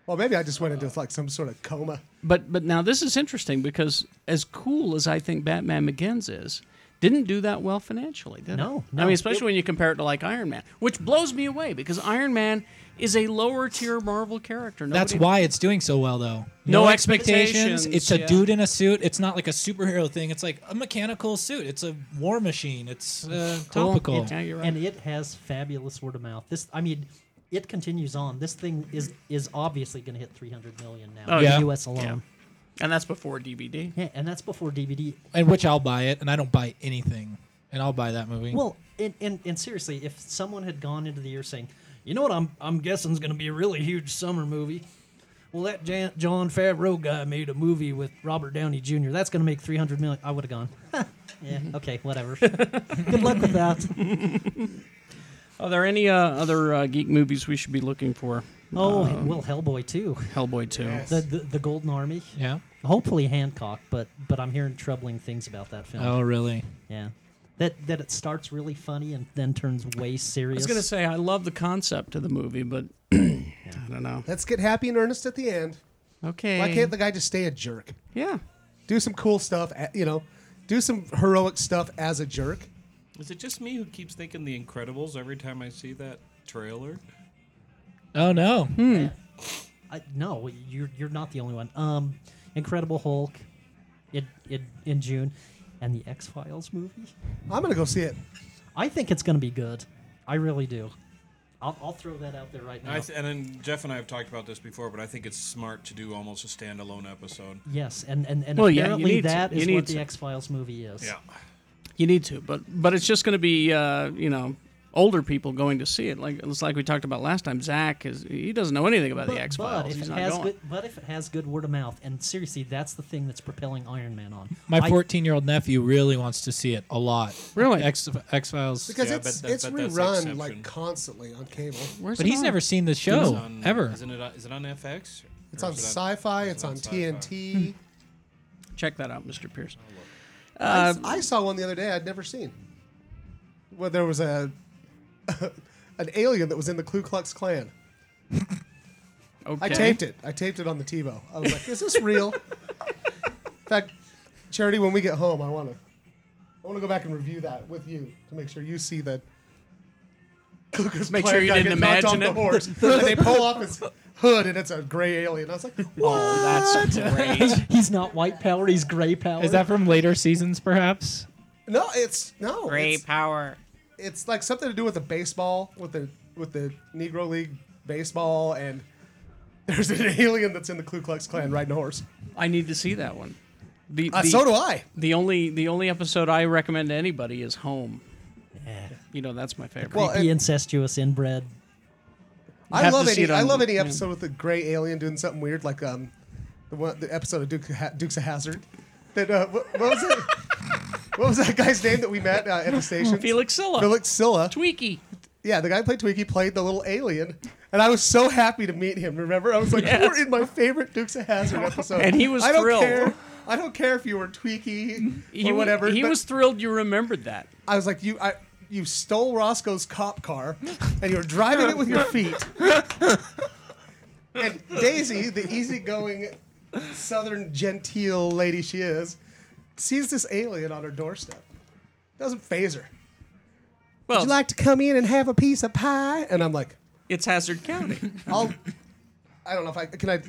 Well, maybe I just went into like some sort of coma. But but now this is interesting because as cool as I think Batman Begins is, didn't do that well financially, did No, it? no. I mean, especially when you compare it to like Iron Man, which blows me away because Iron Man is a lower tier Marvel character. That's Nobody- why it's doing so well, though. No expectations, It's a yeah. dude in a suit. It's not like a superhero thing. It's like a mechanical suit. It's a war machine. It's uh, Cool. topical. Yeah, you're right. and it has fabulous word of mouth. This, I mean, it continues on. This thing is is obviously going to hit 300 million now. Oh, in yeah. the U.S. alone. and that's before DVD. Yeah. and that's before DVD. And which I'll buy it, and I don't buy anything. and I'll buy that movie. Well, and, and, and seriously, if someone had gone into the year saying, you know what, I'm I'm guessing is going to be a really huge summer movie. Well, that Jan, John Favreau guy made a movie with Robert Downey Jr. That's going to make 300 million. I would have gone. [LAUGHS] "Huh, yeah. Mm-hmm. Okay. [LAUGHS] Whatever. Good luck with that. Are there any uh, other uh, geek movies we should be looking for? Oh, Um, well, Hellboy too. Hellboy two. The, the the Golden Army. yeah. Hopefully Hancock, but but I'm hearing troubling things about that film. Oh, really? Yeah. That that it starts really funny and then turns way I serious. was gonna say I love the concept of the movie, but [CLEARS THROAT] I don't know. Let's get happy and earnest at the end. Okay. Why can't the guy just stay a jerk? yeah. Do some cool stuff, a- you know, do some heroic stuff as a jerk. Is it just me who keeps thinking The Incredibles every time I see that trailer? Oh no. Hmm. I, no, you're you're not the only one. Um, Incredible Hulk, in in, in June, and the X Files movie. I'm gonna go see it. I think it's gonna be good. I really do. I'll, I'll throw that out there right now. I th- and then Jeff and I have talked about this before, but I think it's smart to do almost a standalone episode. yes, and and, and Well, yeah, you apparently need to. that You is need what to. the X Files movie is. Yeah. You need to, but but it's just gonna be uh, you know older people going to see it. Like it's like we talked about last time. Zach is he doesn't know anything about the X But Files. if He's it not has going. good, but if it has good word of mouth, and seriously, that's the thing that's propelling Iron Man on. My I- 14 year old nephew really wants to see it a lot. Really? X X Files. Because Yeah, it's but that- it's but that's the rerun exception. like constantly on cable. Where's But it he's on? never seen the It's show on- Oh, ever. Isn't it, on- is it on FX? Or It's on is it sci-fi. is it It's on sci-fi? Hmm. TNT. Check that out, Mr. Pierce. I, Um, I saw one the other day I'd never seen. [LAUGHS] Well, there was a [LAUGHS] an alien that was in the Ku Klux Klan. Okay. I taped it. I taped it on the TiVo. I was like, "Is this [LAUGHS] real?" in fact, Charity, when we get home, I want to I want to go back and review that with you to make sure you see that. [LAUGHS] Ku Klux Make Klan sure you guy didn't get knocked imagine off it. [LAUGHS] The horse, and they pull off his hood, and it's a gray alien. I was like, Oh, that's great. He's not white power. He's gray power. Is that from later seasons, perhaps? "No, it's no it's- power. it's like something to do with the baseball with the with the Negro League baseball and [LAUGHS] there's an alien that's in the Ku Klux Klan riding a horse. I need to see that one. The, Uh, the- so do I. The only the only episode I recommend to anybody is Home. You know that's my favorite. Well, the and Eh, incestuous inbred? I have love to see any it I on- love any yeah. episode with a gray alien doing something weird like um the one the episode of Duke, ha- Dukes of Hazard. That uh, what, what was it? [LAUGHS] what was that guy's name that we met uh, at the station? [LAUGHS] Felix Silla, Felix Silla. Tweaky. Yeah, the guy who played Twinkie played the little alien, and I was so happy to meet him. Remember, I was like, Yes. "You're in my favorite Dukes [LAUGHS] of Hazard episode," And he was I don't thrilled. Care. I don't care if you were Tweaky He, or wa- whatever. He but was thrilled you remembered that. I was like, "You, I, you stole Roscoe's cop car, and you were driving it with your feet." and Daisy, the easygoing Southern genteel lady she is, sees this alien on her doorstep. Doesn't phase her. Well, Oh. Would you like to come in and have a piece of pie? And I'm like. it's Hazard [LAUGHS] County. I'll. I don't know if I can. I.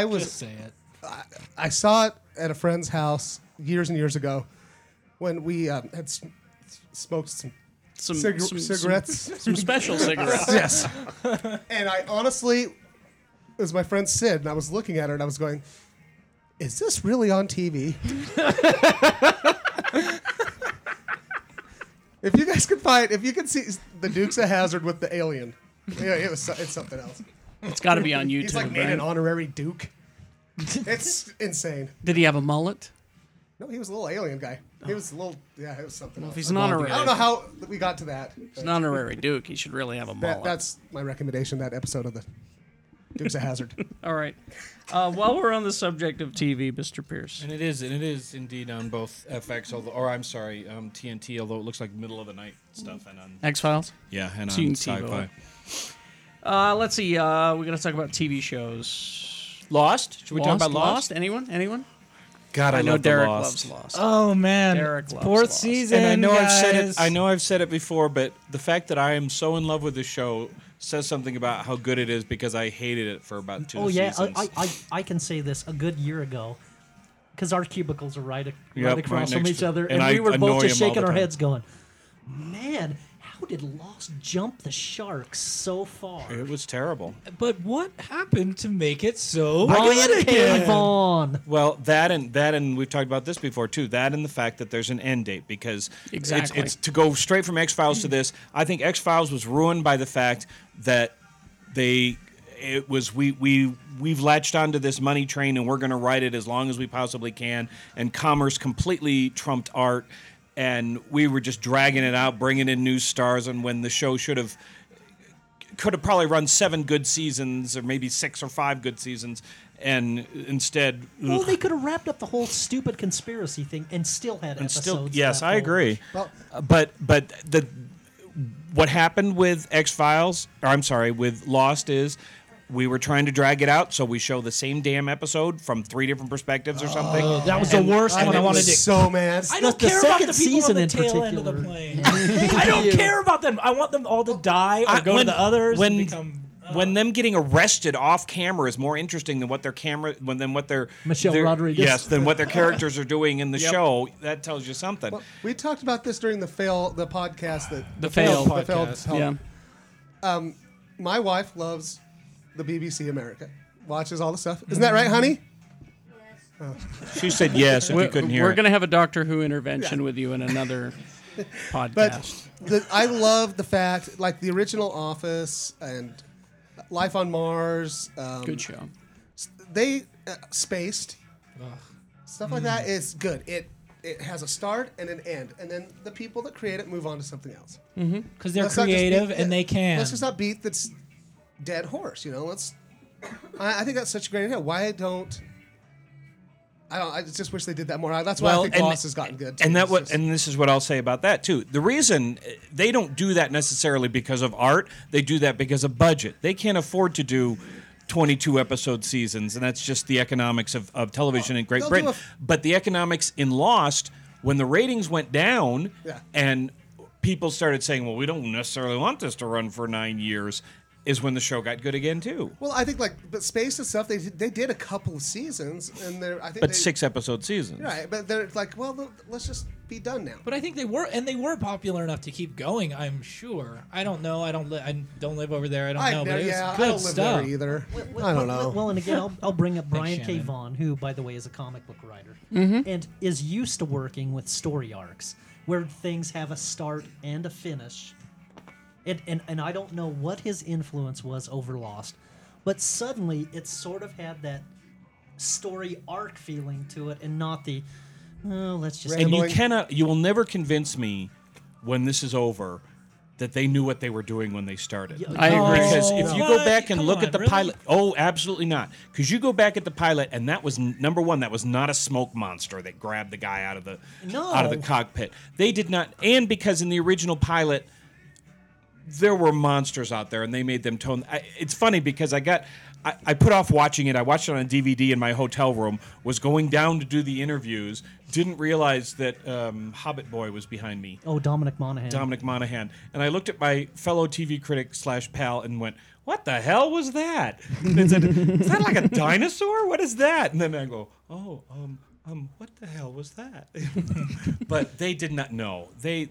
I Just was. say it. I saw it at a friend's house years and years ago, when we um, had s- smoked some Some, cig- some cigarettes. [LAUGHS] some, some special [LAUGHS] cigarettes. yes. And I honestly, it was my friend Sid, and I was looking at her, and I was going, "Is this really on TV?" if you guys could find, if you could see the Dukes of Hazard with the alien, yeah, it was. so- It's something else. It's got to be on YouTube. He's like made right? an honorary duke. [LAUGHS] It's insane. Did he have a mullet? No, he was a little alien guy. He was a little yeah, it was something else. If he's an honorary, I don't know how we got to that. he's but an honorary Duke. He should really have a mullet. That, that's my recommendation. That episode of the [LAUGHS] Dukes of Hazard. All right. Uh, while we're on the subject of TV, Mr. Pierce, And it is, and it is indeed on both FX, although, or I'm sorry, um, TNT, although it looks like middle of the night stuff, and on X Files. yeah, and TNT, on sci-fi. though. Uh, let's see. Uh, we're gonna talk about TV shows. Lost? Should we Lost, Lost? Anyone? Anyone? God, I, I know love the Derek Lost. loves Lost. Oh man, Derek It's loves fourth Lost. season. And I know I've said guys. it. I know I've said it before, but the fact that I am so in love with this show says something about how good it is because I hated it for about two Oh yeah, I, seasons. I, I I can say this a good year ago, because our cubicles are right, ac- Yep, right right across from next each to- other, and and, I we were both annoy just him all shaking the our time. heads, going, man, how did Lost jump the shark so far? It was terrible. But what happened to make it so? [LAUGHS] Cave on. Well, that and that and we've talked about this before too. That and the fact that there's an end date because it's- Exactly. it's, to go straight from X Files to this. I think X Files was ruined by the fact that they it was we we we've latched onto this money train and we're going to ride it as long as we possibly can. And commerce completely trumped art, and we were just dragging it out, bringing in new stars, and when the show should have could have probably run seven good seasons or maybe six or five good seasons and instead Well, they could have wrapped up the whole stupid conspiracy thing and still had and episodes. still yes left i agree Well- Uh, but but the what happened with x files or i'm sorry with lost is we were trying to drag it out so we show the same damn episode from three different perspectives or something That was the worst I [LAUGHS] wanted so mad. I don't The- the care about the second people season on the in tail end of the particular. plane. I don't care about them. I want them all to die or I- go when- to the others when and become. when them getting arrested off camera is more interesting than what their camera when than what their Michelle their- Rodriguez. yes than what their characters are doing in the show that tells you something Well, we talked about this during the fail the podcast that The fail the failed podcast. Oh. pod- Yeah. My wife loves the BBC America. Watches all the stuff. Isn't that right, honey? she said yes if you couldn't hear We're it. going to have a Doctor Who intervention with you in [LAUGHS] another podcast. But the, I love the fact, like the original Office and Life on Mars. Um, Good show. They uh, spaced stuff like that is good. It it has a start and an end, and then the people that create it move on to something else. Because they're Let's not just beat- creative yeah, and they can. Let's just not beat this dead horse. You know, let's. I, I think that's such a great idea. Why don't? I don't. I just wish they did that more. I- That's why I think Lost has gotten good. too. And that It's what just- and this is what I'll say about that too. The reason uh, they don't do that necessarily because of art, they do that because of budget. They can't afford to do 22 episode seasons, and that's just the economics of, of television in Great they'll do Britain. a f- but the economics in Lost, when the ratings went down, Yeah. and people started saying, "Well, we don't necessarily want this to run for nine years," is when the show got good again too. well, I think like but space and stuff. They they did a couple of seasons, and they're I think But they, six episode seasons. Right, but they're like, well, th- let's just be done now. But I think they were, and they were popular enough to keep going. I'm sure. I don't know. I don't. Li- I don't live over there. I don't I know. never, but it's yeah, good I don't live stuff. there either. I don't know. Well, and again, I'll, I'll [LAUGHS] bring up Brian K. Shannon. Vaughan, who, by the way, is a comic book writer and is used to working with story arcs where things have a start and a finish. And, and, and I don't know what his influence was over Lost, but suddenly it sort of had that story arc feeling to it and not the, oh, let's just. and you Gambling. cannot you will never convince me when this is over that they knew what they were doing when they started I agree. because if you go What? back and Come look on, at the really? pilot oh absolutely not because you go back at the pilot and that was n- number one that was not a smoke monster that grabbed the guy out of the No. out of the cockpit they did not and because in the original pilot there were monsters out there and they made them tone I, it's funny because i got I, I put off watching it i watched it on a dvd in my hotel room was going down to do the interviews didn't realize that um, hobbit boy was behind me Oh, Dominic Monaghan. dominic monaghan and i looked at my fellow tv critic slash pal and went what the hell was that and I said, is that like a dinosaur what is that and then i go oh um, um what the hell was that [LAUGHS] but they did not know they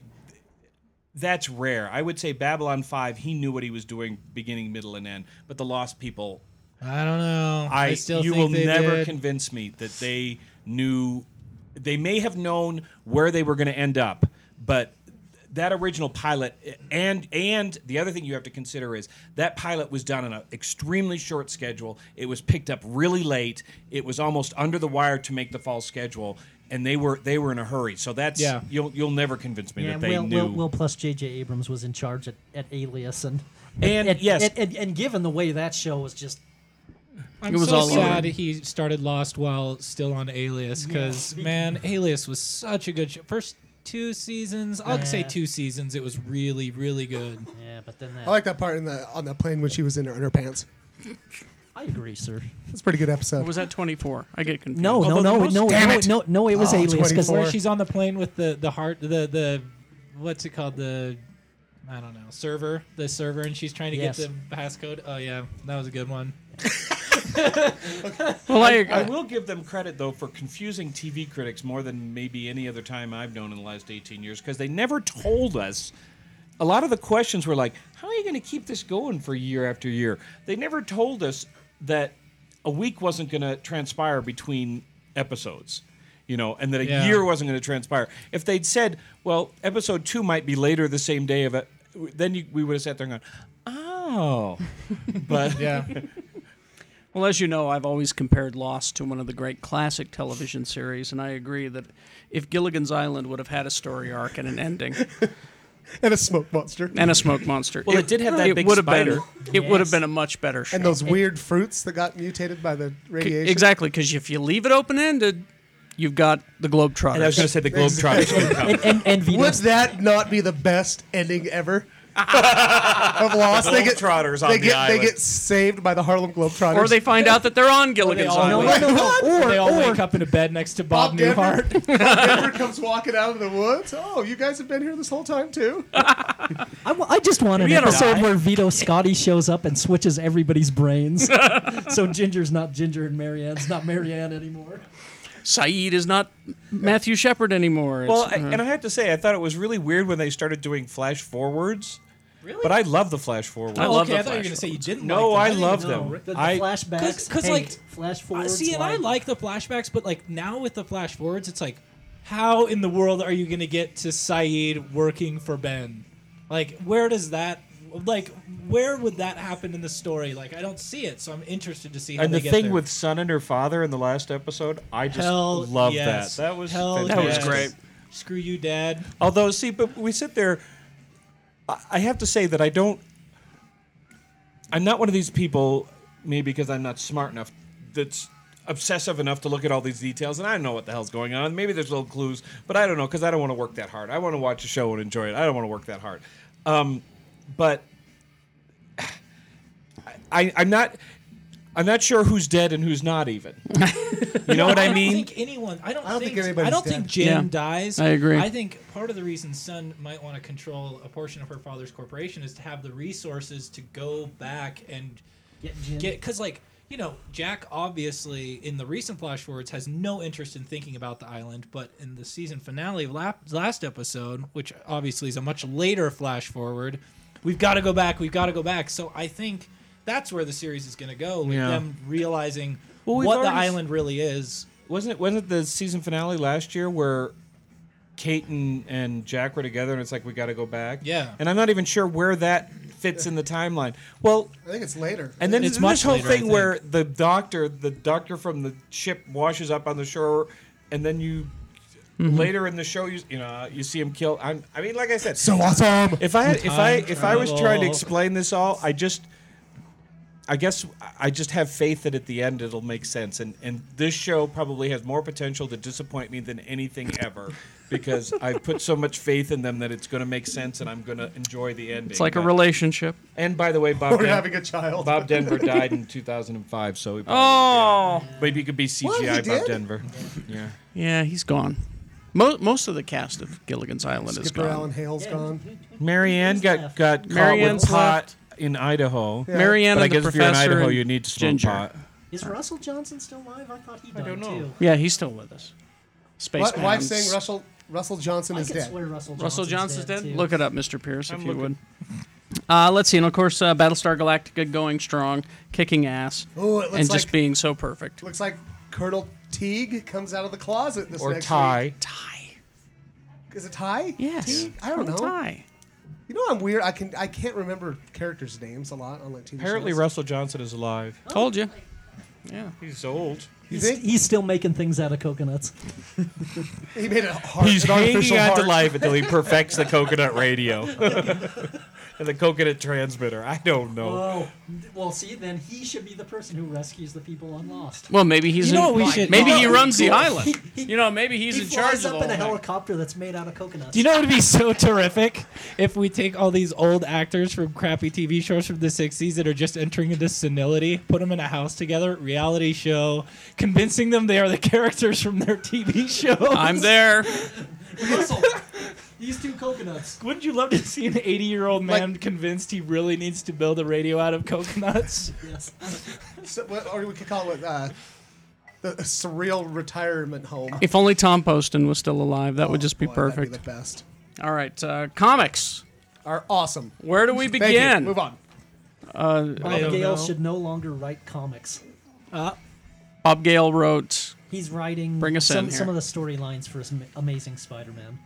that's rare. I would say Babylon 5, he knew what he was doing beginning, middle, and end. But the Lost People, I don't know. I, I still you think will they never did. convince me that they knew. They may have known where they were going to end up, but that original pilot and and the other thing you have to consider is that pilot was done on an extremely short schedule. It was picked up really late. It was almost under the wire to make the fall schedule, and they were they were in a hurry. So that's Yeah. you'll you'll never convince me Yeah, that they Will, knew. Will, Will plus J.J. Abrams was in charge at, at Alias, and And, and, yes. and, and, and given the way that show was just I'm It was so all over. sad he started Lost while still on Alias because man, Alias was such a good show. First two seasons, I'll say Yeah. two seasons. It was really, really good. yeah, but uh, then that I like that part in the on the plane when she was in her underpants. I agree, sir. That's a pretty good episode. Or was that 24? I get confused. Oh, Oh, No, no, no, no, no, no, no, it was Oh, Alias because 24. Where she's on the plane with the the heart, the the what's it called the. I don't know server, the server, and she's trying to Yes. get the passcode. Oh yeah, that was a good one. Well, I, I will give them credit though for confusing TV critics more than maybe any other time I've known in the last 18 years because they never told us. A lot of the questions were like, "How are you going to keep this going for year after year?" They never told us that a week wasn't going to transpire between episodes, you know, and that a Yeah. year wasn't going to transpire. If they'd said, "Well, episode two might be later the same day of it," then you, we would have sat there and gone, "Oh," [LAUGHS] but Yeah. Well, as you know, I've always compared Lost to one of the great classic television series, and I agree that if Gilligan's Island would have had a story arc and an ending and a smoke monster. and a smoke monster, Well, it did have that big would have spider. Been, it would have been a much better show. And those weird fruits that got mutated by the C- radiation. exactly, because if you leave it open ended, you've got the Globetrotters. and I was going to say the Globetrotters. [LAUGHS] would come. And, and, and Vito, Would that not be the best [LAUGHS] ending ever? of Lost, they get Globetrotters on they the get they island. get saved by the Harlem Globetrotters. or they find out that they're on Gilligan's all Island. know no, no, no. Or they all or- wake up in a bed next to Bob, Denver, Newhart. [LAUGHS] Bob Denver comes walking out of the woods. Oh, you guys have been here this whole time too. I, wa- I just want an We gotta episode die. where Vito Scotti shows up and switches everybody's brains. so Ginger's not Ginger and Marianne's not Marianne anymore. Saeed is not Matthew Shepard anymore. It's- uh, Well, I, and I have to say, I thought it was really weird when they started doing flash forwards. Really? But I love the flash forward. I love Oh, okay, the I thought you were Flash going to say you didn't. No, like I them. love No, them. the, the I flashbacks. 'Cause- 'cause, hate. like, flash Uh, forwards. see, and I like the flashbacks, but like now with the flash forwards, it's like, how in the world are you going to get to Saeed working for Ben? Like, where does that? Like, where would that happen in the story? Like, I don't see it, so I'm interested to see how and they the get thing there. with son and her father in the last episode, I just Hell, love yes. that. That was Hell That was yes. great. Screw you, Dad. Although, see, but we sit there. I- I have to say that I don't. I'm not one of these people, maybe because I'm not smart enough, that's obsessive enough to look at all these details, and I don't know what the hell's going on. Maybe there's little clues, but I don't know because I don't want to work that hard. I want to watch a show and enjoy it. I don't want to work that hard. Um, but [SIGHS] I, I'm not. I'm not sure who's dead and who's not even. You know what I I mean? don't think anyone. I don't, don't think. think anybody's I don't dead. think Jim Yeah. dies. I agree. I think part of the reason Sun might want to control a portion of her father's corporation is to have the resources to go back and Get Jim. get because like you know jack obviously in the recent flash forwards has no interest in thinking about the island but in the season finale of lap- last episode which obviously is a much later flash forward we've got to go back we've got to go back so i think that's where the series is going to go with Yeah. them realizing Well, we've what the already s- island really is wasn't it wasn't it the season finale last year where Kate and, and Jack were together and it's like we got to go back. Yeah. And I'm not even sure where that fits in the timeline. Well, I think it's later. and then It's this much whole later, I thing think. where the doctor, the doctor from the ship washes up on the shore and then you Mm-hmm. later in the show you you know you see him kill I'm I mean like I said so awesome. if I had, if I if I was trying to travel. explain this all, I just I guess I just have faith that at the end it'll make sense. And and this show probably has more potential to disappoint me than anything ever because [LAUGHS] I've put so much faith in them that it's going to make sense and I'm going to enjoy the ending. it's like a But- relationship. And by the way, Bob We're Den- having a child. Bob Denver died in 2005, so he probably- Oh, yeah. maybe he could be What, he CGI Bob did? Denver. Yeah. yeah, he's gone. Mo- most of the cast of Gilligan's Island is Skipper gone. Alan Hale's gone. Marianne got left? got caught Marianne's with pot in Idaho. Yeah. Marianne But I and the guess if you're in professor Idaho, and you need to smoke Ginger. pot. Is Russell Johnson still alive? I thought he died don't know. too. Yeah, he's still with us. Space What, wife saying Russell Russell Johnson I is could dead. swear Russell Johnson's Russell Johnson's dead. too. Look it up, Mr. Pierce, if you looking. would. Uh, let's see, and of course, uh, Battlestar Galactica going strong, kicking ass, Oh, it looks and like just being so perfect. looks like Colonel Teague comes out of the closet this or next tie. Tie. week. Is it Ty? Yes. Teague? I don't know. Colonel Ty. You know I'm weird. I can I can't remember characters' names a lot on like TV Apparently, shows. Russell Johnson is alive. Told you. Yeah. He's old. You He's, think he's still making things out of coconuts. he made a heart? [LAUGHS] He's an hanging artificial on to heart. life until he perfects the coconut radio and the coconut transmitter. I don't know. Oh, well, see, then he should be the person who rescues the people on Lost. Well, maybe he's You know in, what we should- maybe you know he what runs the cool? island. He- he- you know, maybe he's he in charge flies of up the in a whole thing. helicopter that's made out of coconuts. Do you know what would be [LAUGHS] so terrific if we take all these old actors from crappy TV shows from the 60s that are just entering into senility, put them in a house together, reality show, [LAUGHS] convincing them they are the characters from their TV show? [LAUGHS] I'm there. Russell, These two coconuts. Wouldn't you love to see an 80 year old man convinced he really needs to build a radio out of coconuts? Yes. So, what- or we could call it uh, the surreal retirement home. If only Tom Poston was still alive, that would just be Oh, Boy, that'd perfect. the best. All right, uh, comics. Are awesome. Where do we Thank you. begin? Move on. Bob don't Gale know. should no longer write comics. Bob Gale wrote. He's writing Bring us some, in here. some of the storylines for his Ama- Amazing Spider-Man.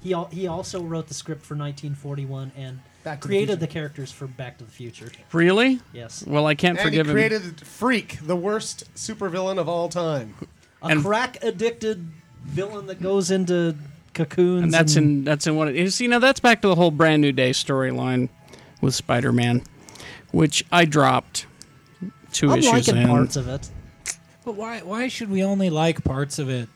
He al- he also wrote the script for 1941 and Back to the created Future. the, characters for Back to the Future. Really? Yes, Well, I can't And he forgive him. created Freak, the worst supervillain of all time. a And- crack addicted villain that goes into cocoons. and that's in that's in one. Of, you see, now that's back to the whole brand new day storyline with Spider-Man, which I dropped 2 I'm issues liking in. parts of it. But why why should we only like parts of it?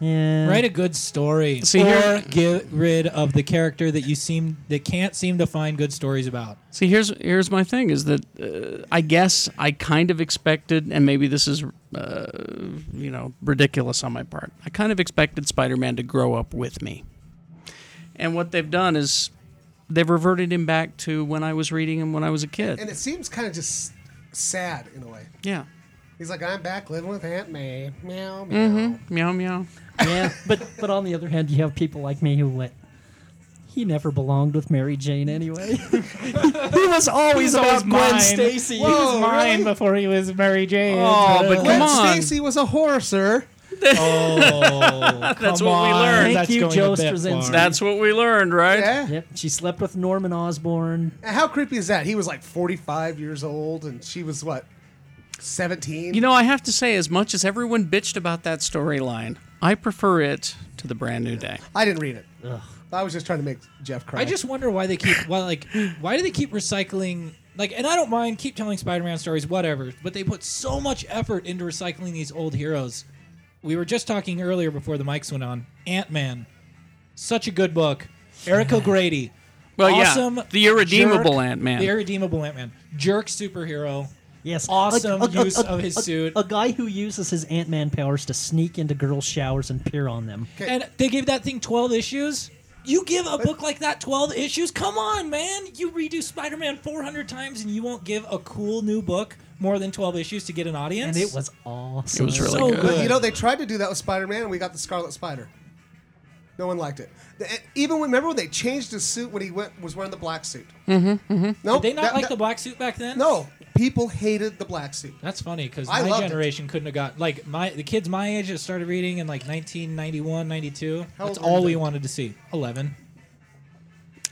Yeah, Write a good story, See, or here- get rid of the character that you seem that can't seem to find good stories about. See, here's here's my thing is that uh, I guess I kind of expected, and maybe this is uh, you know ridiculous on my part. I kind of expected Spider-Man to grow up with me, and what they've done is they've reverted him back to when I was reading him when I was a kid. And it seems kind of just sad in a way. yeah, He's like, I'm back living with Aunt May. Meow, meow. meow meow. yeah, but but on the other hand, you have people like me who went. He never belonged with Mary [LAUGHS] Jane anyway. He was always He's always mine. Stacy. He was Whoa, mine really? before he was Mary Jane. Oh, [LAUGHS] but Gwen come on, Stacy was a whore, sir. that's what we learned. That's you, going a Joe bit Straczynski. far. That's what we learned, right? Yeah. yep, she slept with Norman Osborn. How creepy is that? He was like 45 years old, and she was what, 17? You know, I have to say, as much as everyone bitched about that storyline, I prefer it to the brand new day. I didn't read it. I was just trying to make Jeff cry. I just wonder why they keep why like why do they keep recycling like and I don't mind keep telling Spider-Man stories whatever but they put so much effort into recycling these old heroes. We were just talking earlier before the mics went on. Ant-Man. Such a good book. Eric O'Grady. Well, yeah, awesome the irredeemable jerk- Ant-Man. The irredeemable Ant-Man. Jerk superhero. Yes, Awesome use of his a- suit. A guy who uses his Ant Man powers to sneak into girls' showers and peer on them. And they gave that thing 12 issues. You give a book like that 12 issues? Come on, man. You redo Spider Man 400 times and you won't give a cool new book more than 12 issues to get an audience? And it was awesome. It was really so good. good. You know, they tried to do that with Spider Man, and we got the Scarlet Spider. No one liked it. The- and Even when, remember when they changed his suit when he went was wearing the black suit? Mm-hmm. mm-hmm. No, Did they not that- like that- the black suit back then? No, people hated the black suit. That's funny because I my loved it. generation couldn't have got like my the kids my age that started reading in like 1991, 92. How that's old were all you we then? wanted to see. 11.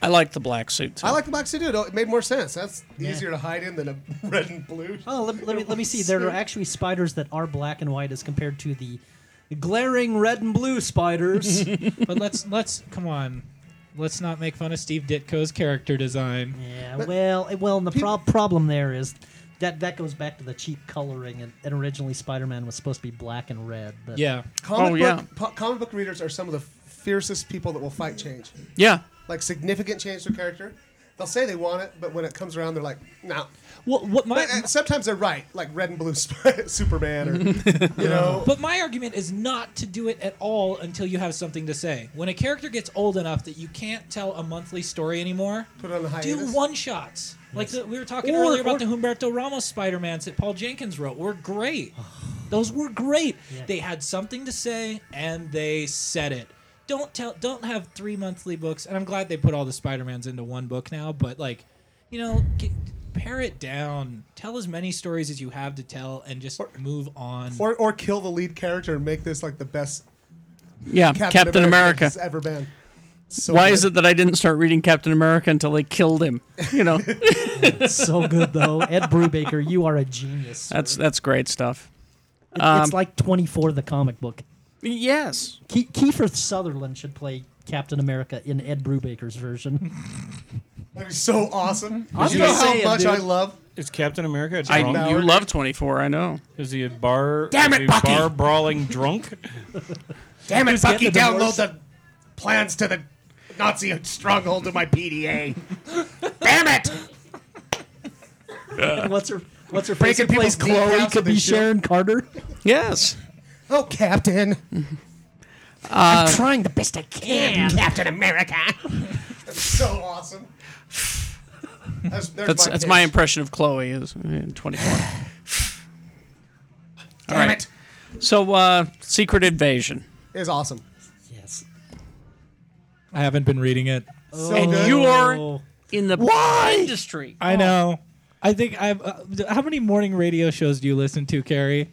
I like the black suit too. I like the black suit too. though. It made more sense. That's Yeah. easier to hide in than a [LAUGHS] red and blue. Oh, let, let me let me see. There are actually spiders that are black and white as compared to the glaring red and [LAUGHS] blue spiders. But let's let's come on. Let's not make fun of Steve Ditko's character design. yeah, well, eh, well, and the prob- problem there is that that goes back to the cheap coloring, and, and originally Spider Man was supposed to be black and red. But Yeah. Comic Oh, book, yeah. po- comic book readers are some of the fiercest people that will fight change, yeah, like significant change to a character. They'll say they want it, but when it comes around, they're like, no. Nah. Well, what my, But uh, sometimes they're right, like red and blue Sp- [LAUGHS] Superman, or [LAUGHS] you know, But my argument is not to do it at all until you have something to say. When a character gets old enough that you can't tell a monthly story anymore, put it on the do hiatus. one shots. Like the, we were talking Or- earlier about the or- Humberto Ramos Spider Mans that Paul Jenkins wrote were [SIGHS] great. Those were great. Yeah. They had something to say and they said it. Don't tell. Don't have three monthly books. And I'm glad they put all the Spider Mans into one book now. But like, you know, get, pare it down. Tell as many stories as you have to tell, and just move on. or or kill the lead character and make this like the best yeah. Captain, Captain, America. has ever been. So Why good. is it that I didn't start reading Captain America until they killed him? You know, it's so good though. Ed Brubaker, you are a [LAUGHS] genius. that's that's great stuff. It- Um, it's like twenty four, the comic book. Yes, Ke- Kiefer Sutherland should play Captain America in Ed Brubaker's version. [LAUGHS] That'd be so awesome. I'm you know just how saying, much dude. I love. Is Captain America a I drunk? know. you love twenty four. I know. Is he a bar? Damn is it, he Bucky. Bar [LAUGHS] brawling drunk. Damn it, Bucky! getting a divorce? Download the plans to the Nazi stronghold of my PDA. Damn it! And what's her what's her face Breaking who plays people's kneecaps [LAUGHS] Chloe could with be his shield. Sharon Carter. Yes. Oh, Captain! Uh, I'm trying the best I can, Captain America. so awesome. That's, there's That's my that's my pitch. impression of Chloe is uh, in 24. Damn it. So, uh, Secret Invasion. It's awesome. Yes. I haven't been reading it. So and good. you are Oh. in the industry. I know. Oh. I think I've. Uh, d- how many morning radio shows do you listen to, Carrie?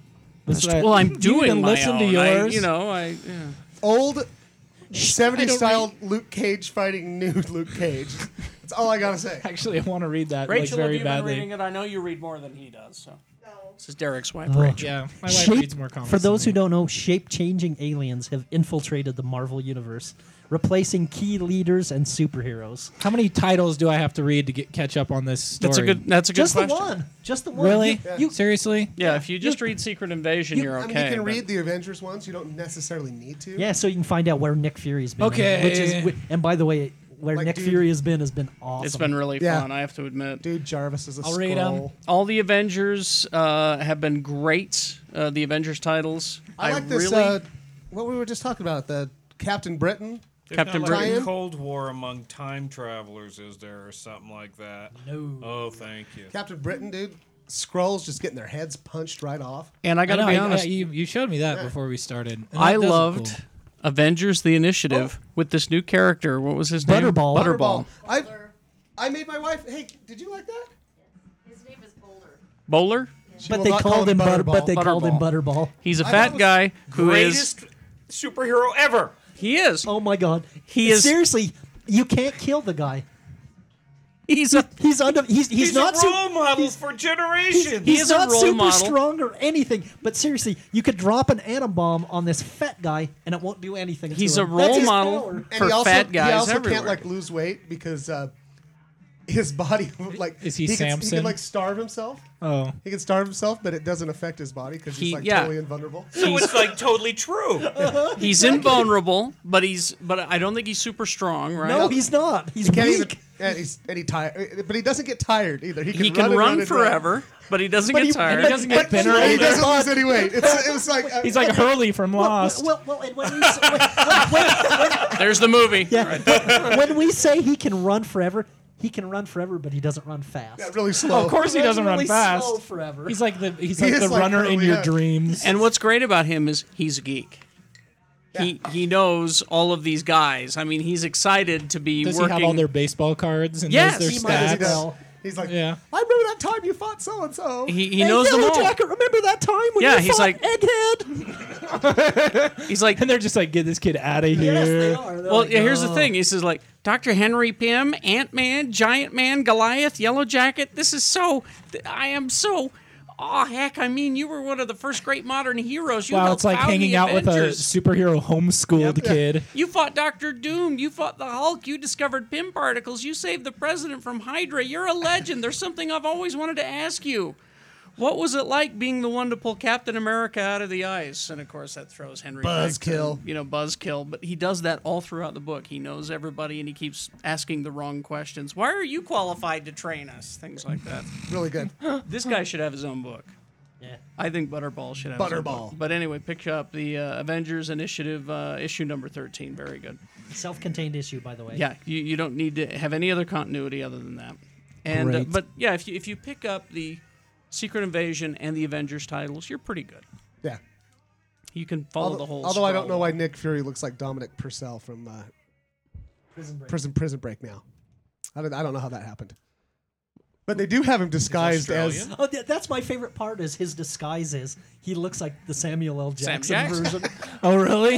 That's what I- well, I'm [LAUGHS] You doing even my listen to own. I- yours. you know, I yeah. old 70s style Luke Cage fighting new Luke Cage. That's all I [LAUGHS] gotta say. Actually, I want to read that Rachel, like have very you badly. been reading it? I know you read more than he does. So this is Derek's wife, Oh. Rachel. Yeah, my wife Shape, reads more comics. for those who than me. don't know, shape-changing aliens have infiltrated the Marvel universe, replacing key leaders and superheroes. how many titles do I have to read to get catch up on this story? That's a good. That's a good Just question. the one. Just the one. Really? You- You seriously? Yeah, if you just read Secret Invasion, you, are I mean, okay. you can but- read the Avengers ones. You don't necessarily need to. Yeah, so you can find out where Nick Fury's been. Okay. Which is, whi- and by the way, where Like, Nick dude- Fury has been has been awesome. It's been really Yeah. fun. I have to admit. Dude, Jarvis is a I'll scroll. read 'em. All the Avengers uh, have been great. Uh, the Avengers titles. I like this. really, Uh, what we were just talking about, the Captain Britain. There's Captain not like a Britain? Cold War among time travelers, is there, or something like that? No. Oh, thank you. Captain Britain, dude. Scrolls just getting their heads punched right off. and I I got know. to be I- I- honest. you, you showed me that before we started. and I that does look loved cool. Avengers: The Initiative with this new character. What was his name? Butterball. Butterball. I, I made my wife. Hey, did you like that? His name is Boulder. Bowler. She will but they not called call him butter, but they Butterball. called him Butterball. He's a I fat thought guy who is. Greatest superhero ever. He is. Oh my god. He is- seriously. You can't kill the guy. He's a. He's under. He's he's, He's not a role su- model he's- for He's, generations. he's is a not role super model. strong or anything, but seriously, you could drop an atom bomb on this fat guy and it won't do anything. to He's a him. role That's his model. power. And For he also, fat he guys also everywhere. can't like lose weight because uh, his body [LAUGHS] like Is he could- he Samson? can like starve himself. Oh, He can starve himself, but it doesn't affect his body because He- he's like yeah. totally invulnerable. So it's like totally true. He's invulnerable, but he's. But I don't think he's super strong, right? No, he's not. He's He can't even. weak. And he's and he tired, but he doesn't get tired either. He can, he can and run, and forever, but he doesn't get he- tired. and he doesn't But get thinner he either. doesn't lose any weight. It's, it was like uh, He's like Hurley from Well, Lost. well, well, and when we, say, when, when, when, There's the movie. yeah, when we say he can run forever, he can run forever, but he doesn't run fast. yeah, really slow. of course, he doesn't really run fast. Slow forever. He's like the he's like is the like runner in Hurley, your yeah. dreams. And what's great about him is he's a geek. He he knows all of these guys. I mean, he's excited to be Does working. he have all their baseball cards and Yes, knows their he stats? might as He does. well. He's like, Yeah. I remember that time you fought so and so. He- he knows them Yellow all. Jacket, remember that time when Yeah, you he's fought like- [LAUGHS] Egghead? He's like, [LAUGHS] And they're just like, get this kid out of here. Yes, they are. They're well, like, yeah, here's the "Oh." thing. He says like, Doctor Henry Pym, Ant Man, Giant Man, Goliath, Yellow Jacket. This is so. th- I am so. Oh heck! I mean, you were one of the first great modern heroes. You Wow, helped it's like found hanging the out Avengers. with a superhero homeschooled kid. You fought Doctor Doom. You fought the Hulk. You discovered Pym particles. You saved the president from Hydra. You're a legend. There's something I've always wanted to ask you. What was it like being the one to pull Captain America out of the ice? And of course, that throws Henry back to, Buzzkill. you know, buzzkill. But he does that all throughout the book. He knows everybody, and he keeps asking the wrong questions. Why are you qualified to train us? Things like that. [LAUGHS] really good. this guy should have his own book. Yeah. I think Butterball should have his own book. Butterball. But anyway, pick up the uh, Avengers Initiative uh, issue number thirteen. Very good. Self-contained issue, by the way. Yeah, you, you don't need to have any other continuity other than that. And uh, Great. but yeah, if you if you pick up the Secret Invasion and the Avengers titles, you're pretty good. Yeah. You can follow Although, the whole. although I don't know scroll. why Nick Fury looks like Dominic Purcell from uh, Prison Break. Prison Prison Break now. I don't, I don't know how that happened. But they do have him disguised as Oh, th- that's my favorite part is his disguises. He looks like the Samuel L. Jackson, Jackson. version. Oh, really? [LAUGHS]